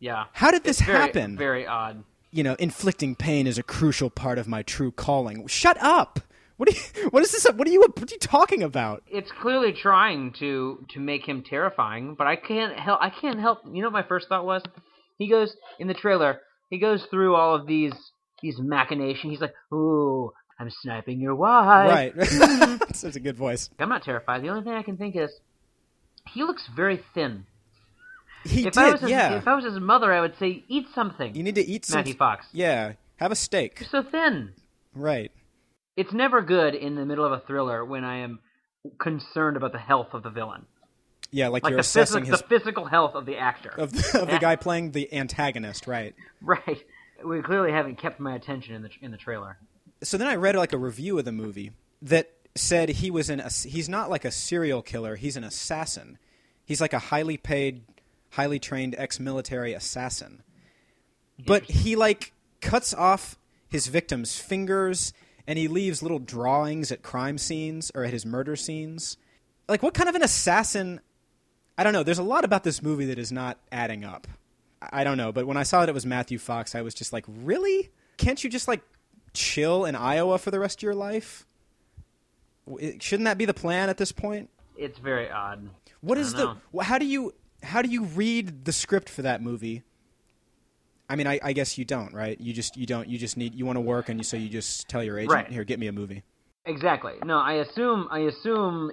Speaker 2: Yeah.
Speaker 1: How did this
Speaker 2: very,
Speaker 1: happen?
Speaker 2: Very odd.
Speaker 1: You know, inflicting pain is a crucial part of my true calling. Shut up! What are you, what is this? What are you, what are you talking about?
Speaker 2: It's clearly trying to to make him terrifying, but I can't help. I can't help. You know, what my first thought was, he goes in the trailer. He goes through all of these these machinations. He's like, "Ooh, I'm sniping your wife."
Speaker 1: Right.
Speaker 2: mm-hmm.
Speaker 1: [laughs] That's a good voice.
Speaker 2: I'm not terrified. The only thing I can think is, he looks very thin.
Speaker 1: He
Speaker 2: if
Speaker 1: did,
Speaker 2: I was his,
Speaker 1: yeah.
Speaker 2: if I was his mother, I would say, "Eat something."
Speaker 1: you need to eat some.
Speaker 2: Matthew Fox.
Speaker 1: Yeah. Have a steak.
Speaker 2: You're so thin.
Speaker 1: Right.
Speaker 2: It's never good in the middle of a thriller when I am concerned about the health of the villain,
Speaker 1: Yeah, like,
Speaker 2: like
Speaker 1: you're
Speaker 2: the,
Speaker 1: assessing
Speaker 2: physi-
Speaker 1: his.
Speaker 2: the physical health of the actor.
Speaker 1: of, the, of the guy playing the antagonist, right?
Speaker 2: [laughs] Right. We clearly haven't kept my attention in the in the trailer.
Speaker 1: so then I read like a review of the movie that said he was an ass- he's not like a serial killer, he's an assassin. He's like a highly paid, highly trained ex-military assassin. But he like cuts off his victims' fingers and he leaves little drawings at crime scenes or at his murder scenes. Like what kind of an assassin I don't know, there's a lot about this movie that is not adding up. I I don't know, but when I saw that it was Matthew Fox, I was just like, really? Can't you just like chill in Iowa for the rest of your life? W- it- Shouldn't that be the plan at this point?
Speaker 2: It's very odd.
Speaker 1: What is the
Speaker 2: don't
Speaker 1: wh- how do you how do you read the script for that movie? I mean, I, I guess you don't, right? You just you don't. You just need you want to work, and you, so you just tell your agent,
Speaker 2: Right.
Speaker 1: "Here, get me a movie."
Speaker 2: Exactly. No, I assume I assume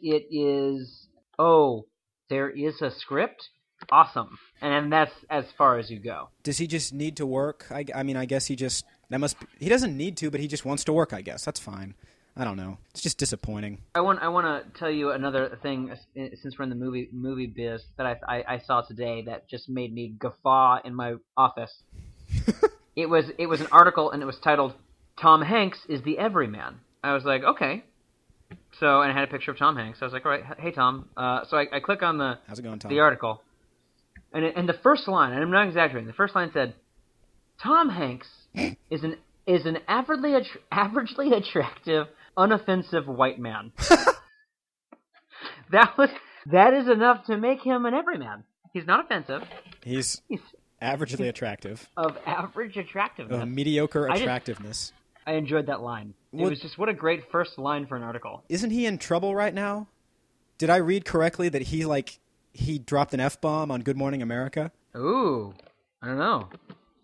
Speaker 2: it is oh, there is a script. Awesome. And that's as far as you go.
Speaker 1: Does he just need to work? I, I mean, I guess he just that must be, he doesn't need to, but he just wants to work. I guess that's fine. I don't know. It's just disappointing.
Speaker 2: I want I want to tell you another thing uh, since we're in the movie movie biz that I, I I saw today that just made me guffaw in my office. it was it was an article and it was titled "Tom Hanks is the Everyman." I was like, okay. So and I had a picture of Tom Hanks. I was like, all right, hey Tom. Uh, so I, I click on the
Speaker 1: How's it going, Tom?
Speaker 2: the article, and it, and the first line, and I'm not exaggerating. The first line said, "Tom Hanks is an is an averagely attr [laughs] averagely attractive, unoffensive white man." that was that is enough to make him an everyman. He's not offensive.
Speaker 1: He's
Speaker 2: He's
Speaker 1: averagely attractive,
Speaker 2: of average
Speaker 1: of
Speaker 2: attractiveness.
Speaker 1: mediocre
Speaker 2: I just-
Speaker 1: attractiveness.
Speaker 2: I enjoyed that line. It
Speaker 1: Um, What-
Speaker 2: was just what a great first line for an article.
Speaker 1: Isn't he in trouble right now? Did I read correctly that he like he dropped an f bomb on Good Morning America?
Speaker 2: Ooh, I don't know.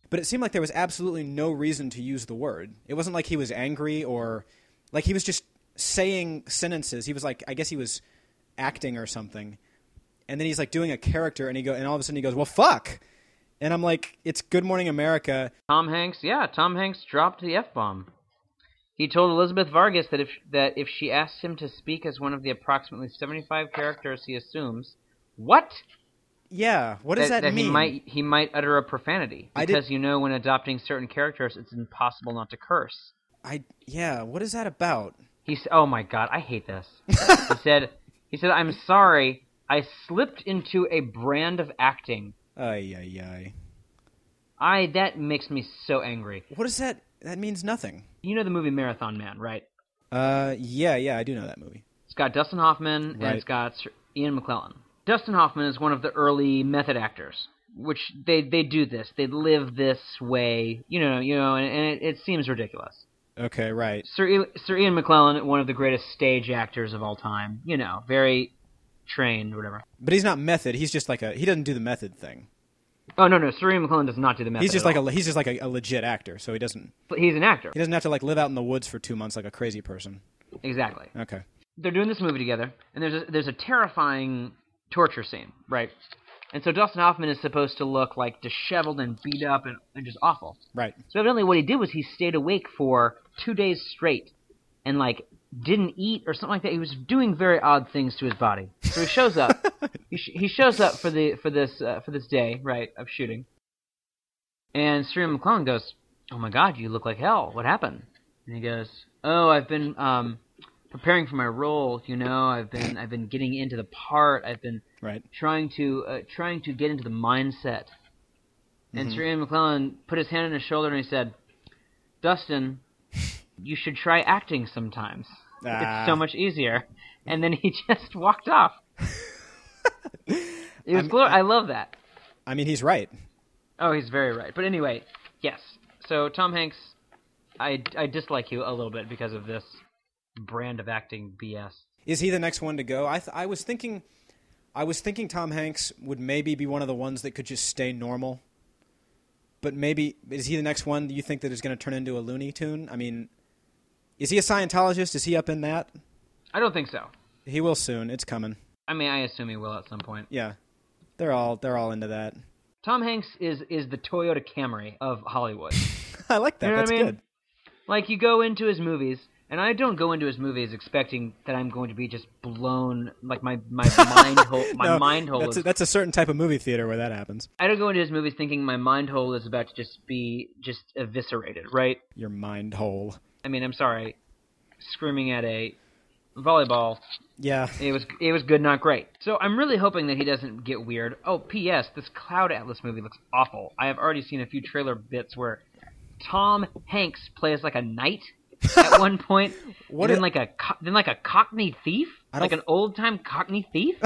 Speaker 1: But it seemed like there was absolutely no reason to use the word. It wasn't like he was angry or like he was just saying sentences. He was like, I guess he was acting or something. And then he's like doing a character, and he go, and all of a sudden he goes, "Well, fuck!" And I'm like, "It's Good Morning America."
Speaker 2: Tom Hanks, yeah, Tom Hanks dropped the f bomb. He told Elizabeth Vargas that if that if she asked him to speak as one of the approximately 75 characters he assumes, what?
Speaker 1: Yeah, what does that,
Speaker 2: that
Speaker 1: mean?
Speaker 2: he might he might utter a profanity
Speaker 1: I did-
Speaker 2: because you know when adopting certain characters it's impossible not to curse.
Speaker 1: I yeah, what is that about?
Speaker 2: He s "Oh my god, I
Speaker 1: [laughs]
Speaker 2: hate this." he said he said, "I'm sorry, I slipped into a brand of acting."
Speaker 1: Ay ay ay.
Speaker 2: I that makes me so angry.
Speaker 1: What is that? That means nothing.
Speaker 2: You know the movie Marathon Man, right?
Speaker 1: Uh, yeah, yeah, I do know that movie.
Speaker 2: It's got Dustin Hoffman
Speaker 1: Right.
Speaker 2: and it's got Sir Ian McClellan. Dustin Hoffman is one of the early method actors, which they they do this. They live this way, you know, you know, and, and it, it seems ridiculous.
Speaker 1: Okay, right.
Speaker 2: Sir I- Sir Ian McClellan, one of the greatest stage actors of all time, you know, very trained, whatever.
Speaker 1: But he's not method. He's just like a. He doesn't do the method thing.
Speaker 2: Oh no, no, Sir Ian McClellan does not do the method.
Speaker 1: He's just
Speaker 2: at
Speaker 1: like
Speaker 2: all.
Speaker 1: a. He's just like a, a legit actor. So he doesn't.
Speaker 2: But he's an actor,
Speaker 1: He doesn't have to like live out in the woods for two months like a crazy person.
Speaker 2: exactly.
Speaker 1: Okay.
Speaker 2: They're doing this movie together, and there's a, there's a terrifying torture scene, right? And so Dustin Hoffman is supposed to look like disheveled and beat up and, and just awful.
Speaker 1: Right.
Speaker 2: So evidently, what he did was he stayed awake for two days straight, and like didn't eat or something like that. He was doing very odd things to his body. So he shows up. he, sh- he shows up for the for this uh, for this day right of shooting. And Sir McClellan goes, "Oh my God, you look like hell. What happened?" And he goes, "Oh, I've been um, preparing for my role. You know, I've been I've been getting into the part. I've been
Speaker 1: Right.
Speaker 2: trying to uh, trying to get into the mindset. And Sir Ian McClellan put his hand on his shoulder and he said, "Dustin, you should try acting sometimes.
Speaker 1: Ah.
Speaker 2: It's so much easier." And then he [laughs] just walked off. it was glor- I love that.
Speaker 1: I mean, he's right.
Speaker 2: Oh, he's very right. But anyway, yes. So Tom Hanks, I I dislike you a little bit because of this brand of acting BS.
Speaker 1: Is he the next one to go? I th- I was thinking, I was thinking Tom Hanks would maybe be one of the ones that could just stay normal. But maybe is he the next one you think that is going to turn into a Looney Tune? I mean, is he a Scientologist? Is he up in that?
Speaker 2: I don't think so.
Speaker 1: He will soon. It's coming.
Speaker 2: I mean, I assume he will at some point.
Speaker 1: Yeah, they're all they're all into that. [laughs]
Speaker 2: Tom Hanks is is the Toyota Camry of
Speaker 1: [laughs]
Speaker 2: Hollywood.
Speaker 1: I like that.
Speaker 2: You know what
Speaker 1: That's
Speaker 2: I mean?
Speaker 1: good.
Speaker 2: like you go into his movies, and I don't go into his movies expecting that I'm going to be just blown like my
Speaker 1: [laughs]
Speaker 2: my mind hole my
Speaker 1: No,
Speaker 2: mind hole
Speaker 1: That's
Speaker 2: is,
Speaker 1: a, that's a certain type of movie theater where that happens.
Speaker 2: I don't go into his movies thinking my mind hole is about to just be just eviscerated, right?
Speaker 1: Your mind hole.
Speaker 2: I mean, I'm sorry. Screaming at a volleyball
Speaker 1: Yeah.
Speaker 2: It was it was good, not great. So I'm really hoping that he doesn't get weird. Oh, P.S. This Cloud Atlas movie looks awful. I have already seen a few trailer bits where Tom Hanks plays like a knight
Speaker 1: [laughs]
Speaker 2: at one point,
Speaker 1: What
Speaker 2: what then
Speaker 1: a-
Speaker 2: like a co- then like a Cockney thief,
Speaker 1: I don't
Speaker 2: like an old time Cockney
Speaker 1: [laughs]
Speaker 2: thief.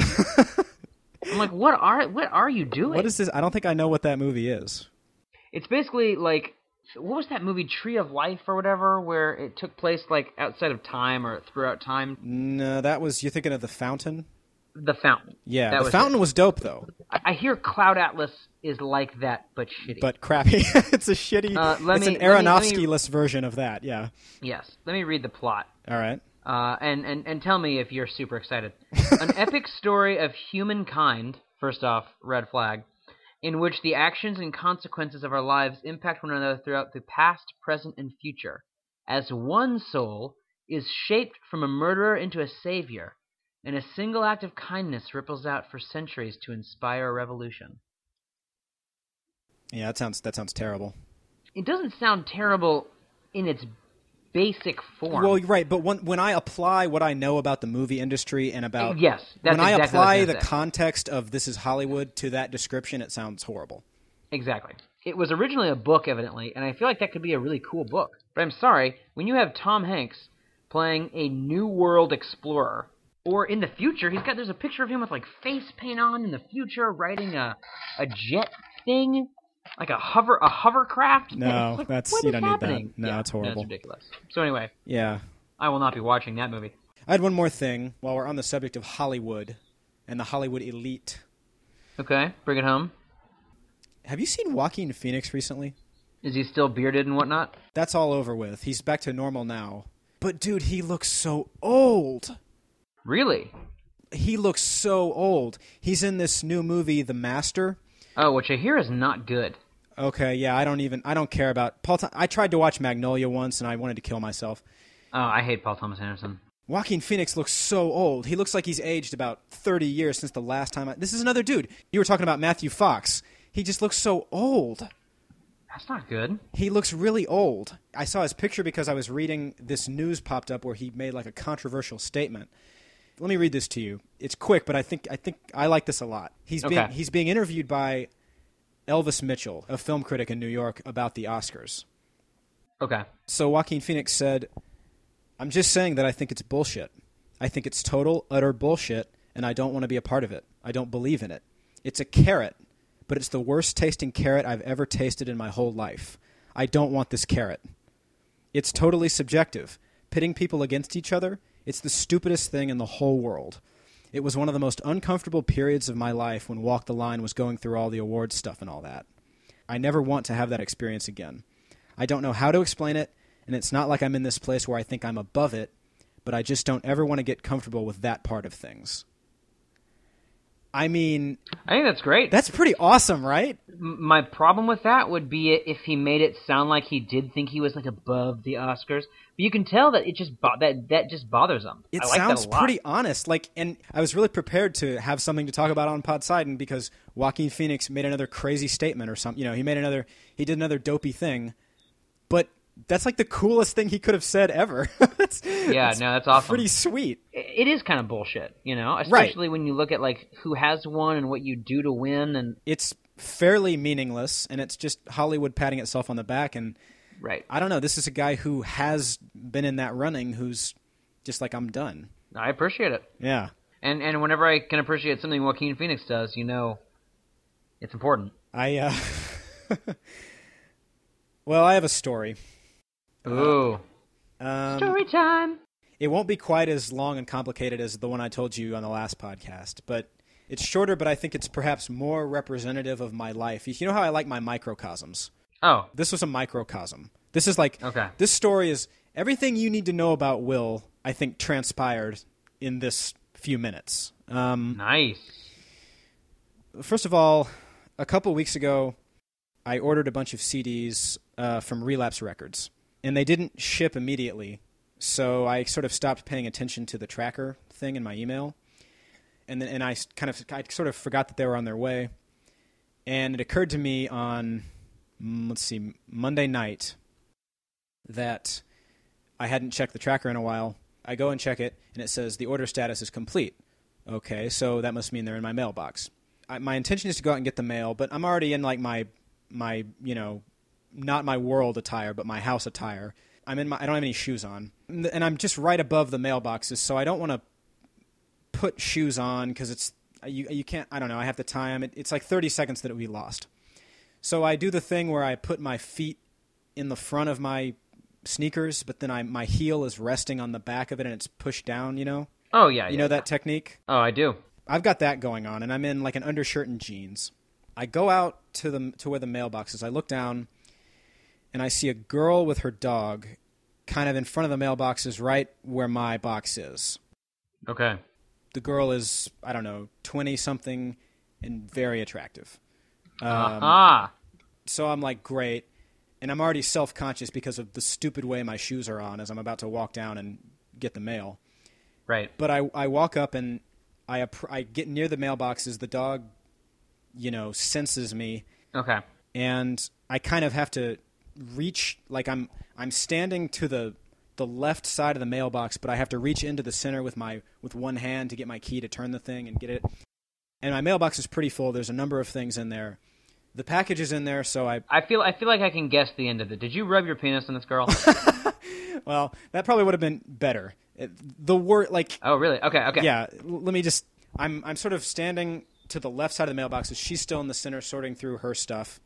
Speaker 2: I'm like, what are what are you doing?
Speaker 1: What is this? I don't think I know what that movie is.
Speaker 2: It's basically like what was that movie Tree of Life or whatever, where it took place like outside of time or throughout time.
Speaker 1: No, that was you're thinking of the Fountain.
Speaker 2: The Fountain.
Speaker 1: Yeah,
Speaker 2: That
Speaker 1: the
Speaker 2: was it.
Speaker 1: Fountain was dope though,
Speaker 2: I- I hear Cloud Atlas is like that, but shitty.
Speaker 1: but crappy. [laughs] it's a shitty.
Speaker 2: Uh, let
Speaker 1: it's
Speaker 2: me-
Speaker 1: an
Speaker 2: let me- let me-
Speaker 1: Aronofsky-less version of that. Yeah.
Speaker 2: yes, let me read the plot.
Speaker 1: All right.
Speaker 2: Uh, and, and, and tell me if you're super excited. An epic story of humankind, first off, red flag, in which the actions and consequences of our lives impact one another throughout the past, present, and future. As one soul is shaped from a murderer into a savior, and a single act of kindness ripples out for centuries to inspire a revolution.
Speaker 1: Yeah, that sounds that sounds terrible.
Speaker 2: It doesn't sound terrible in its basic form.
Speaker 1: Well, you're right, but when when I apply what I know about the movie industry and about
Speaker 2: Yes, that's
Speaker 1: when I
Speaker 2: exactly what I
Speaker 1: apply
Speaker 2: was
Speaker 1: the
Speaker 2: gonna say.
Speaker 1: context of this is Hollywood to that description, it sounds horrible.
Speaker 2: Exactly. It was originally a book, evidently, and I feel like that could be a really cool book. But I'm sorry, when you have Tom Hanks playing a New World explorer, or in the future, he's got there's a picture of him with like face paint on in the future, riding a a jet thing, like a hover a hovercraft.
Speaker 1: No,
Speaker 2: It's like,
Speaker 1: that's-
Speaker 2: what
Speaker 1: you
Speaker 2: is
Speaker 1: don't need that.
Speaker 2: happening?
Speaker 1: No,
Speaker 2: Yeah,
Speaker 1: that's horrible.
Speaker 2: That's ridiculous. So anyway,
Speaker 1: Yeah.
Speaker 2: I will not be watching that movie.
Speaker 1: I had one more thing while we're on the subject of Hollywood and the Hollywood elite.
Speaker 2: Okay, bring it home.
Speaker 1: Have you seen Joaquin Phoenix recently?
Speaker 2: Is he still bearded and whatnot?
Speaker 1: That's all over with. He's back to normal now. But dude, he looks so old.
Speaker 2: Really?
Speaker 1: He looks so old. He's in this new movie, The Master.
Speaker 2: Oh, which I hear is not good.
Speaker 1: Okay, yeah, I don't even I don't care about Paul. Th- I tried to watch Magnolia once and I wanted to kill myself.
Speaker 2: Oh, I hate Paul Thomas Anderson.
Speaker 1: Joaquin Phoenix looks so old. He looks like he's aged about 30 years since the last time. I, this is another dude. You were talking about Matthew Fox. He just looks so old.
Speaker 2: That's not good.
Speaker 1: He looks really old. I saw his picture because I was reading this news popped up where he made like a controversial statement. Let me read this to you. It's quick, but I think I think I like this a lot. He's being
Speaker 2: Okay.
Speaker 1: he's being interviewed by Elvis Mitchell, a film critic in New York, about the Oscars.
Speaker 2: Okay.
Speaker 1: So Joaquin Phoenix said, I'm just saying that I think it's bullshit. I think it's total, utter bullshit, and I don't want to be a part of it. I don't believe in it. It's a carrot, but it's the worst tasting carrot I've ever tasted in my whole life. I don't want this carrot. It's totally subjective. Pitting people against each other, it's the stupidest thing in the whole world. It was one of the most uncomfortable periods of my life when Walk the Line was going through all the awards stuff and all that. I never want to have that experience again. I don't know how to explain it, and it's not like I'm in this place where I think I'm above it, but I just don't ever want to get comfortable with that part of things. I mean,
Speaker 2: I think that's great.
Speaker 1: that's pretty awesome, right?
Speaker 2: M- My problem with that would be if he made it sound like he did think he was like above the Oscars, but you can tell that it just bo- that that just bothers him.
Speaker 1: It
Speaker 2: I like
Speaker 1: sounds
Speaker 2: that a lot.
Speaker 1: pretty honest. Like, and I was really prepared to have something to talk about on Pod Poseidon because Joaquin Phoenix made another crazy statement or something. You know, he made another, he did another dopey thing, but that's like the coolest thing he could have said ever. [laughs] That's-
Speaker 2: Yeah,
Speaker 1: that's
Speaker 2: no, that's awesome.
Speaker 1: Pretty sweet.
Speaker 2: it is kind of bullshit, you know, especially when you look at like who has won and what you do to win and
Speaker 1: It's fairly meaningless, and it's just Hollywood patting itself on the back. And
Speaker 2: right.
Speaker 1: I don't know. This is a guy who has been in that running, who's just like, I'm done.
Speaker 2: I appreciate it.
Speaker 1: Yeah.
Speaker 2: And and whenever I can appreciate something Joaquin Phoenix does, you know, it's important.
Speaker 1: I uh [laughs] Well, I have a story.
Speaker 2: Ooh,
Speaker 1: Um,
Speaker 2: story time.
Speaker 1: it won't be quite as long and complicated as the one I told you on the last podcast, but it's shorter, but I think it's perhaps more representative of my life. You know how I like my microcosms?
Speaker 2: Oh,
Speaker 1: This was a microcosm. This is like
Speaker 2: Okay.
Speaker 1: this story is everything you need to know about Will, I think, transpired in this few minutes. Um
Speaker 2: nice.
Speaker 1: first of all, a couple weeks ago, I ordered a bunch of CDs uh, from Relapse Records, and they didn't ship immediately. So I sort of stopped paying attention to the tracker thing in my email, and then and I s- kind of I sort of forgot that they were on their way, and it occurred to me on mm, let's see Monday night that I hadn't checked the tracker in a while. I go and check it, and it says the order status is complete. Okay, so that must mean they're in my mailbox. I, my intention is to go out and get the mail, but I'm already in like my my you know not my world attire, but my house attire. I'm in my I don't have any shoes on, and th- and I'm just right above the mailboxes, so I don't want to put shoes on because it's you you can't I don't know I have to tie them. It, it's like 30 seconds that we lost. So I do the thing where I put my feet in the front of my sneakers, but then I my heel is resting on the back of it and it's pushed down. You know,
Speaker 2: Oh yeah,
Speaker 1: you
Speaker 2: yeah.
Speaker 1: know that technique.
Speaker 2: Oh, I do.
Speaker 1: I've got that going on, and I'm in like an undershirt and jeans. I go out to the to where the mailbox is. I look down, and I see a girl with her dog, kind of in front of the mailboxes, right where my box is.
Speaker 2: Okay.
Speaker 1: The girl is I don't know twenty something, and very attractive. Um,
Speaker 2: Aha.
Speaker 1: so I'm like, great. And I'm already self conscious because of the stupid way my shoes are on as I'm about to walk down and get the mail.
Speaker 2: Right.
Speaker 1: But I, I walk up and I, appr- I get near the mailboxes. The dog, you know, senses me
Speaker 2: Okay.
Speaker 1: and I kind of have to reach like I'm I'm standing to the the left side of the mailbox, but I have to reach into the center with my with one hand to get my key to turn the thing and get it. And my mailbox is pretty full. There's a number of things in there. The package is in there, so I
Speaker 2: I feel I feel like I can guess the end of it. Did you rub your penis on
Speaker 1: [laughs]
Speaker 2: this girl?
Speaker 1: well, that probably would have been better. It- The word like
Speaker 2: oh, really? Okay. Okay.
Speaker 1: yeah, l- let me just I'm I'm sort of standing to the left side of the mailbox, so she's still in the center sorting through her stuff.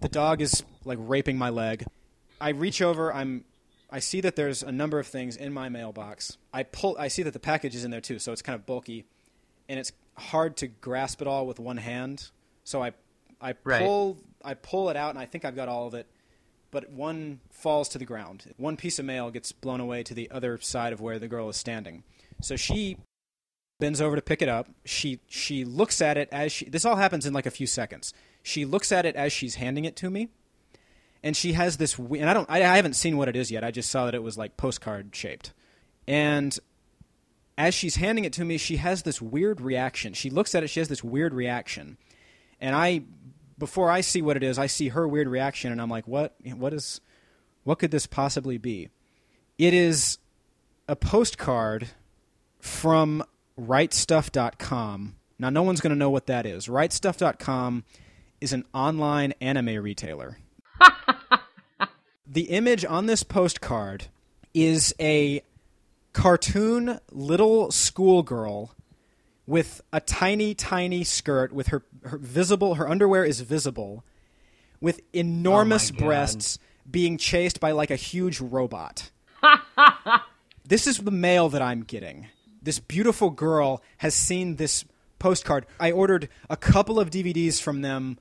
Speaker 1: The dog is like raping my leg. I reach over, I'm I see that there's a number of things in my mailbox. I pull I see that the package is in there too, so it's kind of bulky and it's hard to grasp it all with one hand. So I I
Speaker 2: Right.
Speaker 1: pull I pull it out and I think I've got all of it, but one falls to the ground. One piece of mail gets blown away to the other side of where the girl is standing. So she bends over to pick it up. She she looks at it as she this all happens in like a few seconds. She looks at it as she's handing it to me. And she has this we- and I don't I, I haven't seen what it is yet. I just saw that it was like postcard shaped. And as she's handing it to me, she has this weird reaction. She looks at it, she has this weird reaction. And I before I see what it is, I see her weird reaction and I'm like, "What what is what could this possibly be?" It is a postcard from rightstuff.com. Now, no one's going to know what that is. Rightstuff.com is an online anime retailer. the image on this postcard is a cartoon little schoolgirl with a tiny, tiny skirt with her, her visible, her underwear is visible, with enormous
Speaker 2: God.
Speaker 1: breasts being chased by like a huge robot this is the mail that I'm getting. This beautiful girl has seen this postcard. I ordered a couple of DVDs from them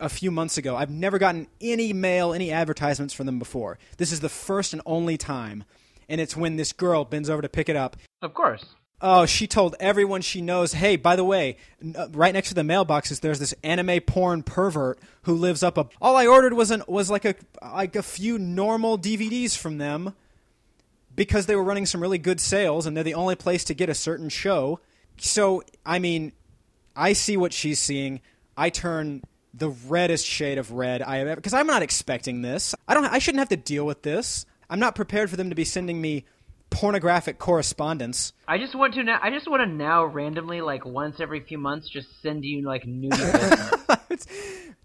Speaker 1: a few months ago. I've never gotten any mail, any advertisements from them before. This is the first and only time. And it's when this girl bends over to pick it up
Speaker 2: Of course.
Speaker 1: Oh, she told everyone she knows, hey, by the way, n- uh, right next to the mailboxes, there's this anime porn pervert who lives up a. All I ordered was an was like a like a few normal DVDs from them, because they were running some really good sales, and they're the only place to get a certain show. So I mean, I see what she's seeing. I turn the reddest shade of red I have ever because I'm not expecting this. I don't. I shouldn't have to deal with this. I'm not prepared for them to be sending me pornographic correspondence.
Speaker 2: I just want to now. I just want to now randomly, like once every few months, just send you
Speaker 1: [laughs]
Speaker 2: like new business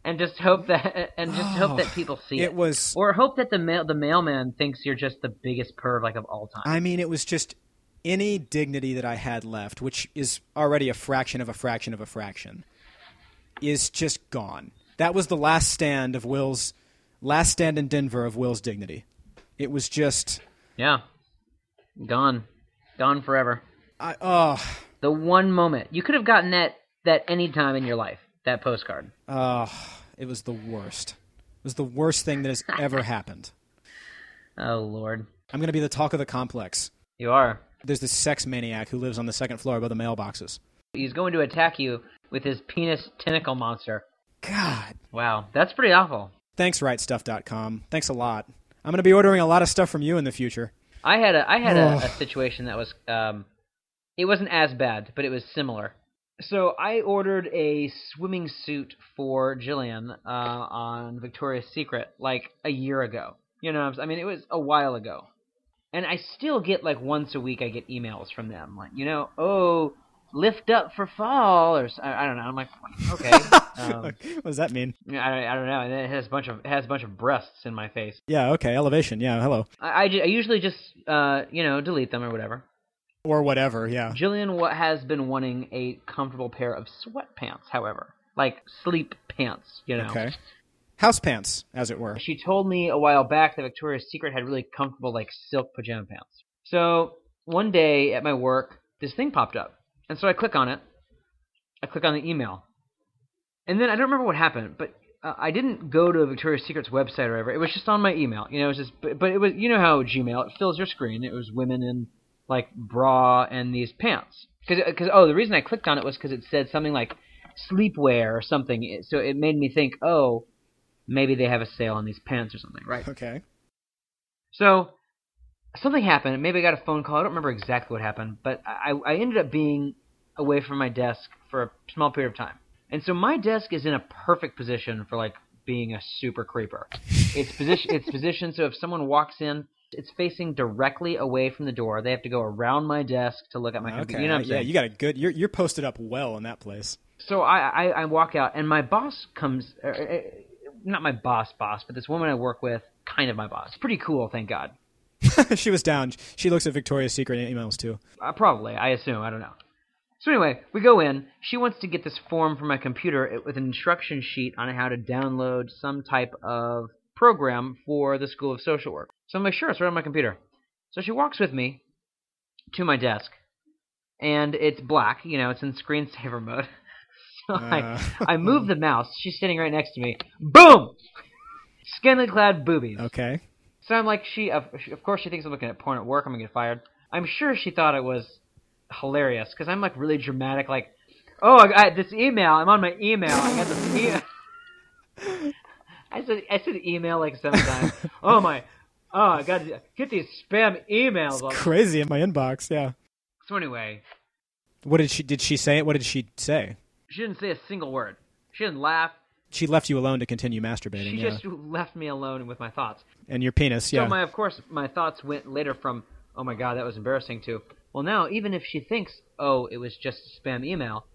Speaker 2: and just hope that and just hope that people see it,
Speaker 1: It was.
Speaker 2: or hope that the mail the mailman thinks you're just the biggest perv like of all time.
Speaker 1: I mean, it was just any dignity that I had left, which is already a fraction of a fraction of a fraction, is just gone. That was the last stand of Will's last stand in Denver of Will's dignity. It was just
Speaker 2: yeah, gone, gone forever.
Speaker 1: I oh,
Speaker 2: The one moment you could have gotten that that any time in your life. That postcard.
Speaker 1: oh it was the worst. It was the worst thing that has ever happened.
Speaker 2: Oh lord,
Speaker 1: I'm going to be the talk of the complex.
Speaker 2: you are.
Speaker 1: There's this sex maniac who lives on the second floor above the mailboxes.
Speaker 2: He's going to attack you with his penis tentacle monster.
Speaker 1: God.
Speaker 2: Wow, that's pretty awful.
Speaker 1: Thanks, rightstuff.com. Thanks a lot. I'm going to be ordering a lot of stuff from you in the future.
Speaker 2: I had a I had a, a situation that was um, it wasn't as bad, but it was similar. So I ordered a swimming suit for Jillian uh, on Victoria's Secret like a year ago. You know, what I'm s- I mean, it was a while ago, and I still get like once a week I get emails from them like you know oh lift up for fall or s- I, I don't know. I'm like okay. Um,
Speaker 1: what does that mean?
Speaker 2: I, I don't know. And then it has a bunch of it has a bunch of breasts in my face.
Speaker 1: Yeah, okay, elevation. Yeah, hello.
Speaker 2: I, I, ju- I usually just uh, you know delete them or whatever.
Speaker 1: Or whatever, yeah.
Speaker 2: Jillian wa has been wanting a comfortable pair of sweatpants, however, like sleep pants, you know.
Speaker 1: Okay. House pants, as it were.
Speaker 2: She told me a while back that Victoria's Secret had really comfortable like silk pajama pants. So one day at my work, this thing popped up, and so I click on it. I click on the email, and then I don't remember what happened, but uh, I didn't go to Victoria's Secret's website or whatever. It was just on my email, you know. It was just, but, but it was you know how Gmail it fills your screen. It was women in like bra and these pants because oh the reason I clicked on it was because it said something like sleepwear or something. It- So it made me think oh maybe they have a sale on these pants or something, right?
Speaker 1: Okay.
Speaker 2: So something happened. Maybe I got a phone call. I don't remember exactly what happened, but I, I ended up being away from my desk for a small period of time. And so my desk is in a perfect position for like being a super creeper. It's position [laughs] it's positioned so if someone walks in, it's facing directly away from the door. They have to go around my desk to look at my computer.
Speaker 1: Okay.
Speaker 2: You know what I'm
Speaker 1: yeah,
Speaker 2: saying?
Speaker 1: you got a good you're you're posted up well in that place. [laughs]
Speaker 2: so I, I I walk out and my boss comes er, er, er, not my boss boss, but this woman I work with, kind of my boss. Pretty cool, thank God.
Speaker 1: she was down. She looks at Victoria's Secret emails too.
Speaker 2: Uh, probably, I assume. I don't know. So anyway, we go in. She wants to get this form from my computer it- with an instruction sheet on how to download some type of program for the School of Social Work. So I'm like, sure, it's right on my computer. So she walks with me to my desk, and it's black. You know, it's in screensaver [laughs] mode. so
Speaker 1: Uh.
Speaker 2: I, I move the mouse. She's sitting right next to me. Boom! Scantily clad boobies.
Speaker 1: Okay.
Speaker 2: So I'm like, she of, she- of course she thinks I'm looking at porn at work. I'm gonna get fired. I'm sure she thought it was hilarious because I'm like really dramatic, like, oh, I got this email. I'm on my email. I got this email. [laughs] I said I said email like seven times. oh my, oh I got to get these spam emails. So
Speaker 1: Crazy in my inbox, yeah.
Speaker 2: anyway,
Speaker 1: What did she did she say it? What did she say?
Speaker 2: she didn't say a single word. She didn't laugh.
Speaker 1: She left you alone to continue masturbating,
Speaker 2: She
Speaker 1: yeah.
Speaker 2: just left me alone with my thoughts.
Speaker 1: And your penis,
Speaker 2: So
Speaker 1: yeah.
Speaker 2: my, of course, my thoughts went later from, oh my god, that was embarrassing to, well now even if she thinks, oh, it was just a spam email,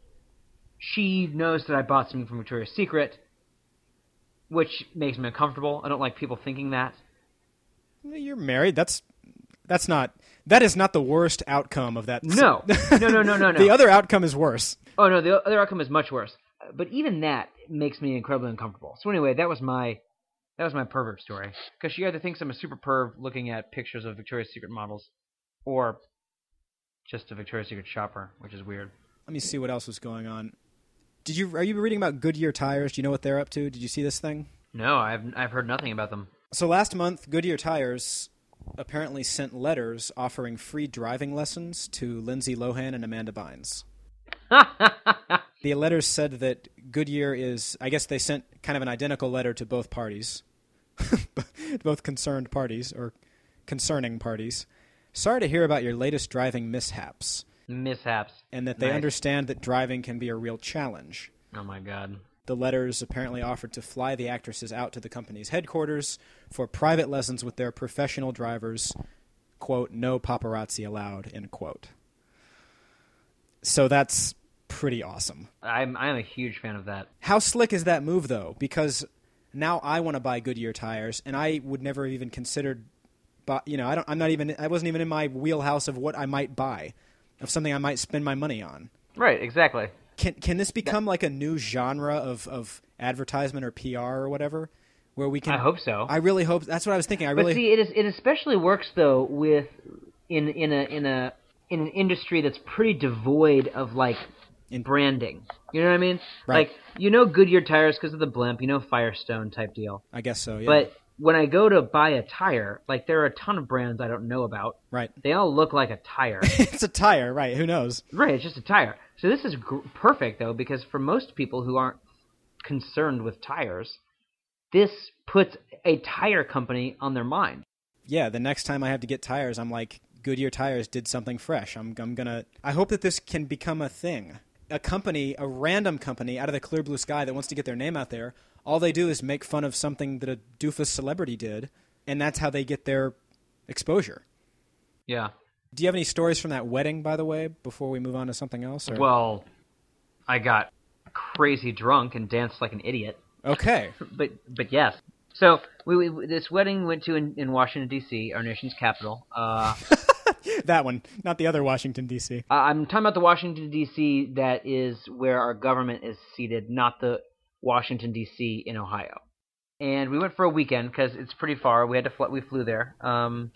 Speaker 2: she knows that I bought something from Victoria's Secret, which makes me uncomfortable. I don't like people thinking that.
Speaker 1: You're married. That's that's not that is not the worst outcome of that.
Speaker 2: No, no, no, no, Oh, no, no.
Speaker 1: [laughs] the other outcome is worse.
Speaker 2: oh no, the other outcome is much worse. Uh, But even that makes me incredibly uncomfortable. So anyway, that was my. That was my pervert story. Because she either thinks I'm a super perv looking at pictures of Victoria's Secret models, or just a Victoria's Secret shopper, which is weird.
Speaker 1: Let me see what else was going on. Did you are you reading about Goodyear tires? Do you know what they're up to? Did you see this thing?
Speaker 2: No, I've I've heard nothing about them. [laughs]
Speaker 1: So last month, Goodyear tires apparently sent letters offering free driving lessons to Lindsay Lohan and Amanda Bynes. The letters said that Goodyear is, I guess they sent kind of an identical letter to both parties, [laughs] both concerned parties or concerning parties. Sorry to hear about your latest driving mishaps,
Speaker 2: Mishaps.
Speaker 1: and that they
Speaker 2: Nice.
Speaker 1: understand that driving can be a real challenge.
Speaker 2: Oh my god.
Speaker 1: The letters apparently offered to fly the actresses out to the company's headquarters for private lessons with their professional drivers. Quote, no paparazzi allowed, end quote. So that's pretty awesome.
Speaker 2: I'm I'm a huge fan of that.
Speaker 1: How slick is that move, though? Because now I want to buy Goodyear tires, and I would never have even considered, bu you know, I don't, I'm not even, I wasn't even in my wheelhouse of what I might buy, of something I might spend my money on.
Speaker 2: Right, exactly.
Speaker 1: Can can this become like a new genre of, of advertisement or PR or whatever, where we can?
Speaker 2: I hope so.
Speaker 1: I really hope that's what I was thinking. I
Speaker 2: But
Speaker 1: really
Speaker 2: see, it is it especially works though with in in a in a in an industry that's pretty devoid of like
Speaker 1: In-
Speaker 2: branding. You know what I mean?
Speaker 1: Right.
Speaker 2: Like you know Goodyear tires because of the blimp, you know Firestone type deal.
Speaker 1: I guess so. Yeah.
Speaker 2: But when I go to buy a tire, like there are a ton of brands I don't know about.
Speaker 1: right. [laughs]
Speaker 2: They all look like a tire.
Speaker 1: it's a tire, right? Who knows?
Speaker 2: right, it's just a tire. So this is gr- perfect though because for most people who aren't concerned with tires, this puts a tire company on their mind.
Speaker 1: Yeah. The next time I have to get tires, I'm like Goodyear tires did something fresh. I'm I'm gonna. I hope that this can become a thing. A company, a random company out of the clear blue sky that wants to get their name out there. All they do is make fun of something that a doofus celebrity did, and that's how they get their exposure.
Speaker 2: Yeah.
Speaker 1: Do you have any stories from that wedding, by the way, before we move on to something else? Or?
Speaker 2: Well, [laughs] I got crazy drunk and danced like an idiot.
Speaker 1: okay,
Speaker 2: But but yes. So we, we this wedding went to in, in Washington D.C., our nation's capital. Uh,
Speaker 1: that one, not the other Washington D.C.
Speaker 2: I- I'm talking about the Washington D.C. that is where our government is seated, not the Washington D.C. in Ohio. And we went for a weekend because it's pretty far. We had to fl- we flew there. Um,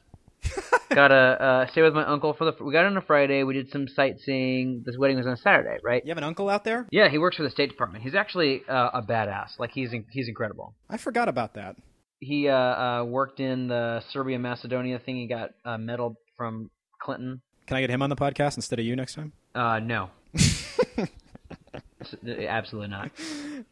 Speaker 2: got to uh, stay with my uncle for the. We got on a Friday. We did some sightseeing. This wedding was on a Saturday, right?
Speaker 1: You have an uncle out there?
Speaker 2: Yeah, he works for the State Department. He's actually uh, a badass. Like he's in- he's incredible.
Speaker 1: I forgot about that.
Speaker 2: He uh, uh, worked in the Serbia Macedonia thing. He got a medal from Clinton.
Speaker 1: Can I get him on the podcast instead of you next time?
Speaker 2: Uh,
Speaker 1: [laughs]
Speaker 2: no, S- absolutely not.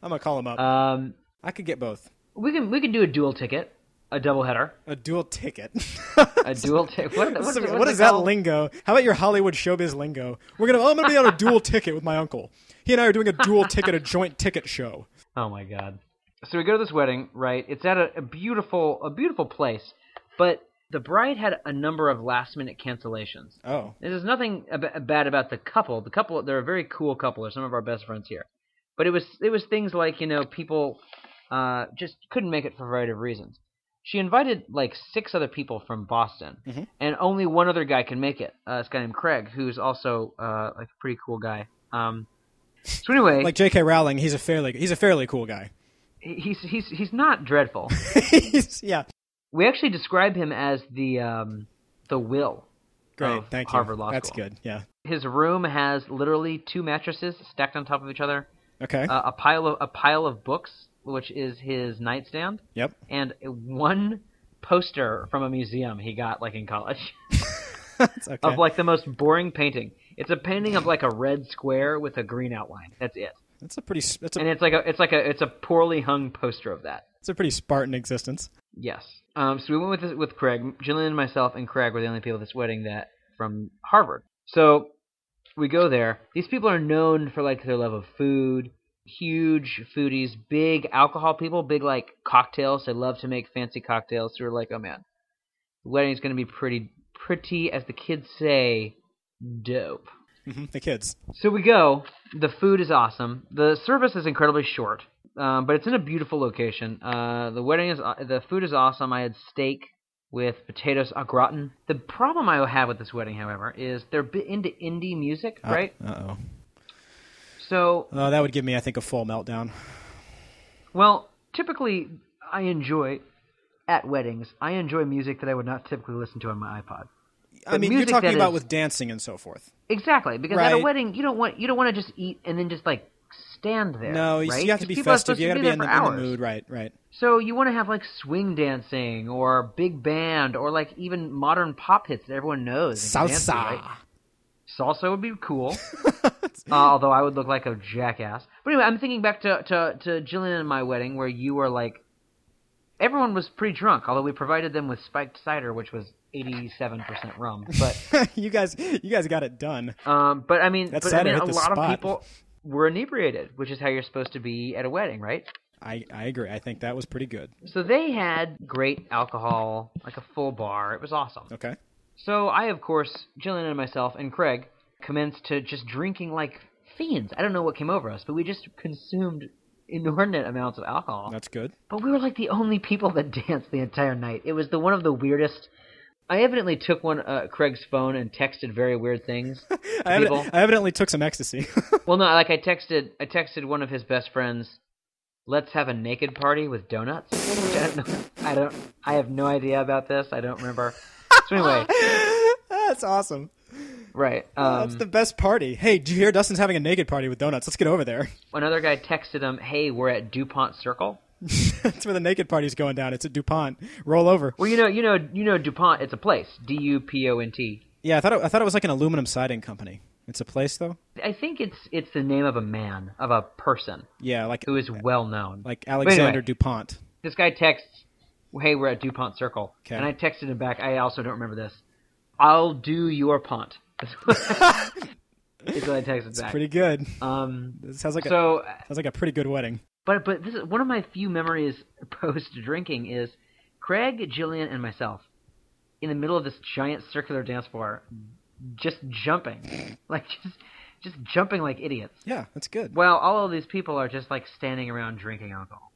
Speaker 1: I'm gonna call him up.
Speaker 2: Um,
Speaker 1: I could get both.
Speaker 2: we can we can do a dual ticket, a double header,
Speaker 1: A dual ticket. [laughs]
Speaker 2: a dual ticket. What, what,
Speaker 1: So
Speaker 2: what,
Speaker 1: what is that lingo? How about your Hollywood showbiz lingo? We're gonna. Oh, I'm gonna be on a dual ticket with my uncle. He and I are doing a dual ticket, a joint ticket show.
Speaker 2: Oh my god. So we go to this wedding, right? It's at a, a beautiful a beautiful place, but the bride had a number of last minute cancellations.
Speaker 1: Oh,
Speaker 2: There's nothing ab- bad about the couple. The couple, they're a very cool couple. They're some of our best friends here. But it was it was things like you know people uh, just couldn't make it for a variety of reasons. She invited like six other people from Boston, and only one other guy can make it. Uh, this guy named Craig, who's also uh, like a pretty cool guy. Um, so anyway,
Speaker 1: like J.K. Rowling, he's a fairly he's a fairly cool guy. [laughs]
Speaker 2: he- he's he's he's not dreadful.
Speaker 1: He's- yeah,
Speaker 2: we actually describe him as the um, the will.
Speaker 1: great.
Speaker 2: Of
Speaker 1: Thank you.
Speaker 2: Oh, Harvard Law
Speaker 1: That's
Speaker 2: School.
Speaker 1: good. Yeah.
Speaker 2: His room has literally two mattresses stacked on top of each other.
Speaker 1: Okay.
Speaker 2: uh, a pile of a pile of books, which is his nightstand,
Speaker 1: yep.
Speaker 2: and one poster from a museum he got like in college [laughs]
Speaker 1: That's okay.
Speaker 2: of like the most boring painting. It's a painting of like a red square with a green outline. That's it,
Speaker 1: that's a pretty. s- That's a
Speaker 2: and it's like a it's like a it's a poorly hung poster of that.
Speaker 1: It's a pretty Spartan existence.
Speaker 2: Yes. Um, so we went with this, with Craig, Jillian, myself, and Craig were the only people at this wedding that from Harvard. So we go there. These people are known for like their love of food, huge foodies, big alcohol people, big like cocktails. They love to make fancy cocktails. So we're like, oh man, the wedding is going to be pretty, pretty, as the kids say, dope.
Speaker 1: hmm The kids.
Speaker 2: So we go. The food is awesome. The service is incredibly short, um, but it's in a beautiful location. Uh, the wedding is the food is awesome. I had steak with potatoes au gratin. The problem I have with this wedding, however, is they're bi- into indie music, right?
Speaker 1: Uh oh.
Speaker 2: So
Speaker 1: Uh, that would give me, I think, a full meltdown.
Speaker 2: Well, typically, I enjoy at weddings. I enjoy music that I would not typically listen to on my iPod.
Speaker 1: I mean, you're
Speaker 2: music
Speaker 1: talking
Speaker 2: that
Speaker 1: about
Speaker 2: is-
Speaker 1: with dancing and so forth.
Speaker 2: Exactly, because at a
Speaker 1: Right.
Speaker 2: wedding, you don't want you don't want to just eat and then just like stand there.
Speaker 1: no, you,
Speaker 2: right?
Speaker 1: you have to
Speaker 2: 'Cause
Speaker 1: be
Speaker 2: people are
Speaker 1: festive.
Speaker 2: supposed
Speaker 1: You got to be,
Speaker 2: there
Speaker 1: in, the,
Speaker 2: for
Speaker 1: in the
Speaker 2: hours.
Speaker 1: mood, right? Right. [laughs]
Speaker 2: So you want to have like swing dancing or big band or like even modern pop hits that everyone knows. and can dance to, right?
Speaker 1: Salsa.
Speaker 2: Salsa would be
Speaker 1: [laughs]
Speaker 2: cool. uh, although I would look like a jackass. But anyway, I'm thinking back to, to, to Jillian and my wedding where you were like, everyone was pretty drunk, although we provided them with spiked cider, which was 87% rum. But, [laughs]
Speaker 1: you guys, you guys got it done.
Speaker 2: um, but I mean,
Speaker 1: That
Speaker 2: but, I
Speaker 1: cider
Speaker 2: mean
Speaker 1: hit
Speaker 2: a
Speaker 1: the
Speaker 2: lot of
Speaker 1: spot.
Speaker 2: people were inebriated, which is how you're supposed to be at a wedding, right?
Speaker 1: I, I agree. I think that was pretty good.
Speaker 2: So they had great alcohol, like a full bar. It was awesome.
Speaker 1: Okay.
Speaker 2: So I, of course, Jillian and myself and Craig commenced to just drinking like fiends. I don't know what came over us, but we just consumed inordinate amounts of alcohol.
Speaker 1: That's good.
Speaker 2: But we were like the only people that [laughs] danced the entire night. It was the one of the weirdest. I evidently took one uh, Craig's phone and texted very weird things. to
Speaker 1: I, evid-
Speaker 2: people.
Speaker 1: I evidently took some ecstasy. [laughs]
Speaker 2: Well, no, like I texted, I texted one of his best friends. Let's have a naked party with donuts. Which I don't, know, I don't. I have no idea about this. I don't remember. So anyway,
Speaker 1: That's awesome.
Speaker 2: right.
Speaker 1: That's
Speaker 2: Um,
Speaker 1: the best party. Hey, do you hear Dustin's having a naked party with donuts? Let's get over there. [laughs]
Speaker 2: another guy texted him, "Hey, we're at Dupont Circle."
Speaker 1: That's where the naked party's going down. It's at DuPont. Roll over.
Speaker 2: Well, you know, you know, you know, Dupont. It's a place. D U P O N T.
Speaker 1: Yeah, I thought it, I thought it was like an aluminum siding company. It's a place though.
Speaker 2: I think it's it's the name of a man of a person
Speaker 1: Yeah, like
Speaker 2: who is well known.
Speaker 1: like Alexander
Speaker 2: anyway.
Speaker 1: DuPont.
Speaker 2: this guy texts, "Hey, we're at Dupont Circle,"
Speaker 1: Okay.
Speaker 2: and I texted him back. I also don't remember this. I'll do your [laughs] pont. That's what
Speaker 1: [laughs]
Speaker 2: that's what I texted back.
Speaker 1: Pretty good.
Speaker 2: um,
Speaker 1: It sounds like a,
Speaker 2: so,
Speaker 1: sounds like a pretty good wedding.
Speaker 2: but but this is one of my few memories [laughs] post drinking is Craig, Jillian, and myself in the middle of this giant circular dance floor, just jumping, [laughs] like just just jumping like idiots.
Speaker 1: Yeah, that's good.
Speaker 2: While all of these people are just like standing around drinking alcohol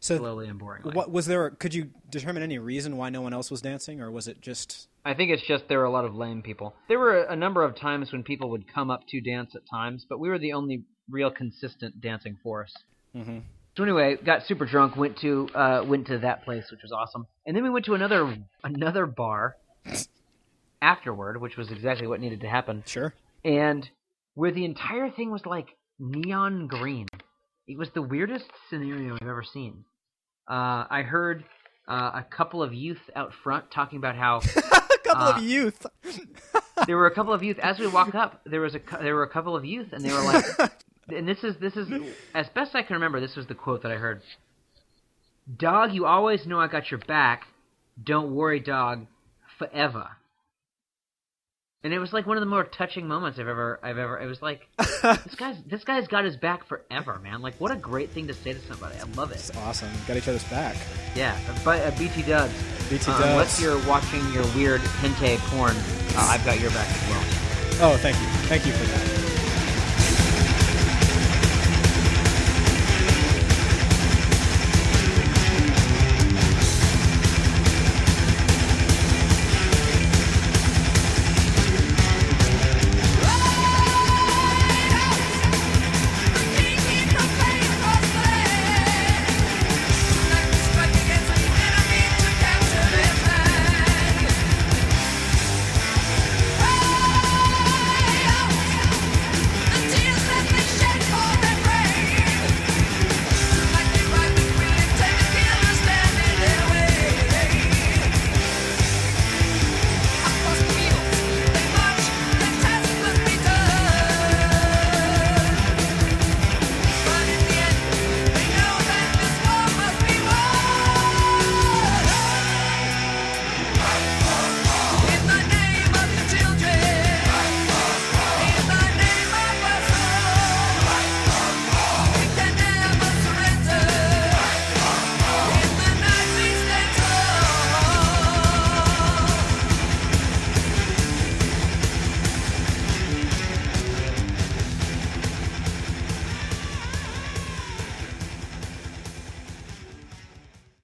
Speaker 1: So,
Speaker 2: slowly and boringly.
Speaker 1: what was there? Could you determine any reason why no one else was dancing, or was it just?
Speaker 2: I think it's just there were a lot of lame people. There were a number of times when people would come up to dance at times, but we were the only real consistent dancing force.
Speaker 1: Mhm.
Speaker 2: So anyway, got super drunk, went to uh, went to that place, which was awesome, and then we went to another another bar afterward, which was exactly what needed to happen,
Speaker 1: Sure.
Speaker 2: and where the entire thing was like neon green. It was the weirdest scenario I've ever seen. Uh, I heard uh, a couple of youth out front talking about how
Speaker 1: a couple
Speaker 2: Uh,
Speaker 1: of youth.
Speaker 2: there were a couple of youth as we walk up there was a cou- there were a couple of youth and they were like and this is this is as best i can remember this was the quote that i heard dog you always know i got your back don't worry dog forever and it was like one of the more touching moments i've ever i've ever it was like this guy's this guy's got his back forever man like what a great thing to say to somebody i love it
Speaker 1: It's awesome. Got each other's back.
Speaker 2: yeah but uh, bt dubs
Speaker 1: BT
Speaker 2: Uh,
Speaker 1: does.
Speaker 2: unless you're watching your weird hentai porn uh, i've got your back as well
Speaker 1: Oh, thank you. Thank you for that.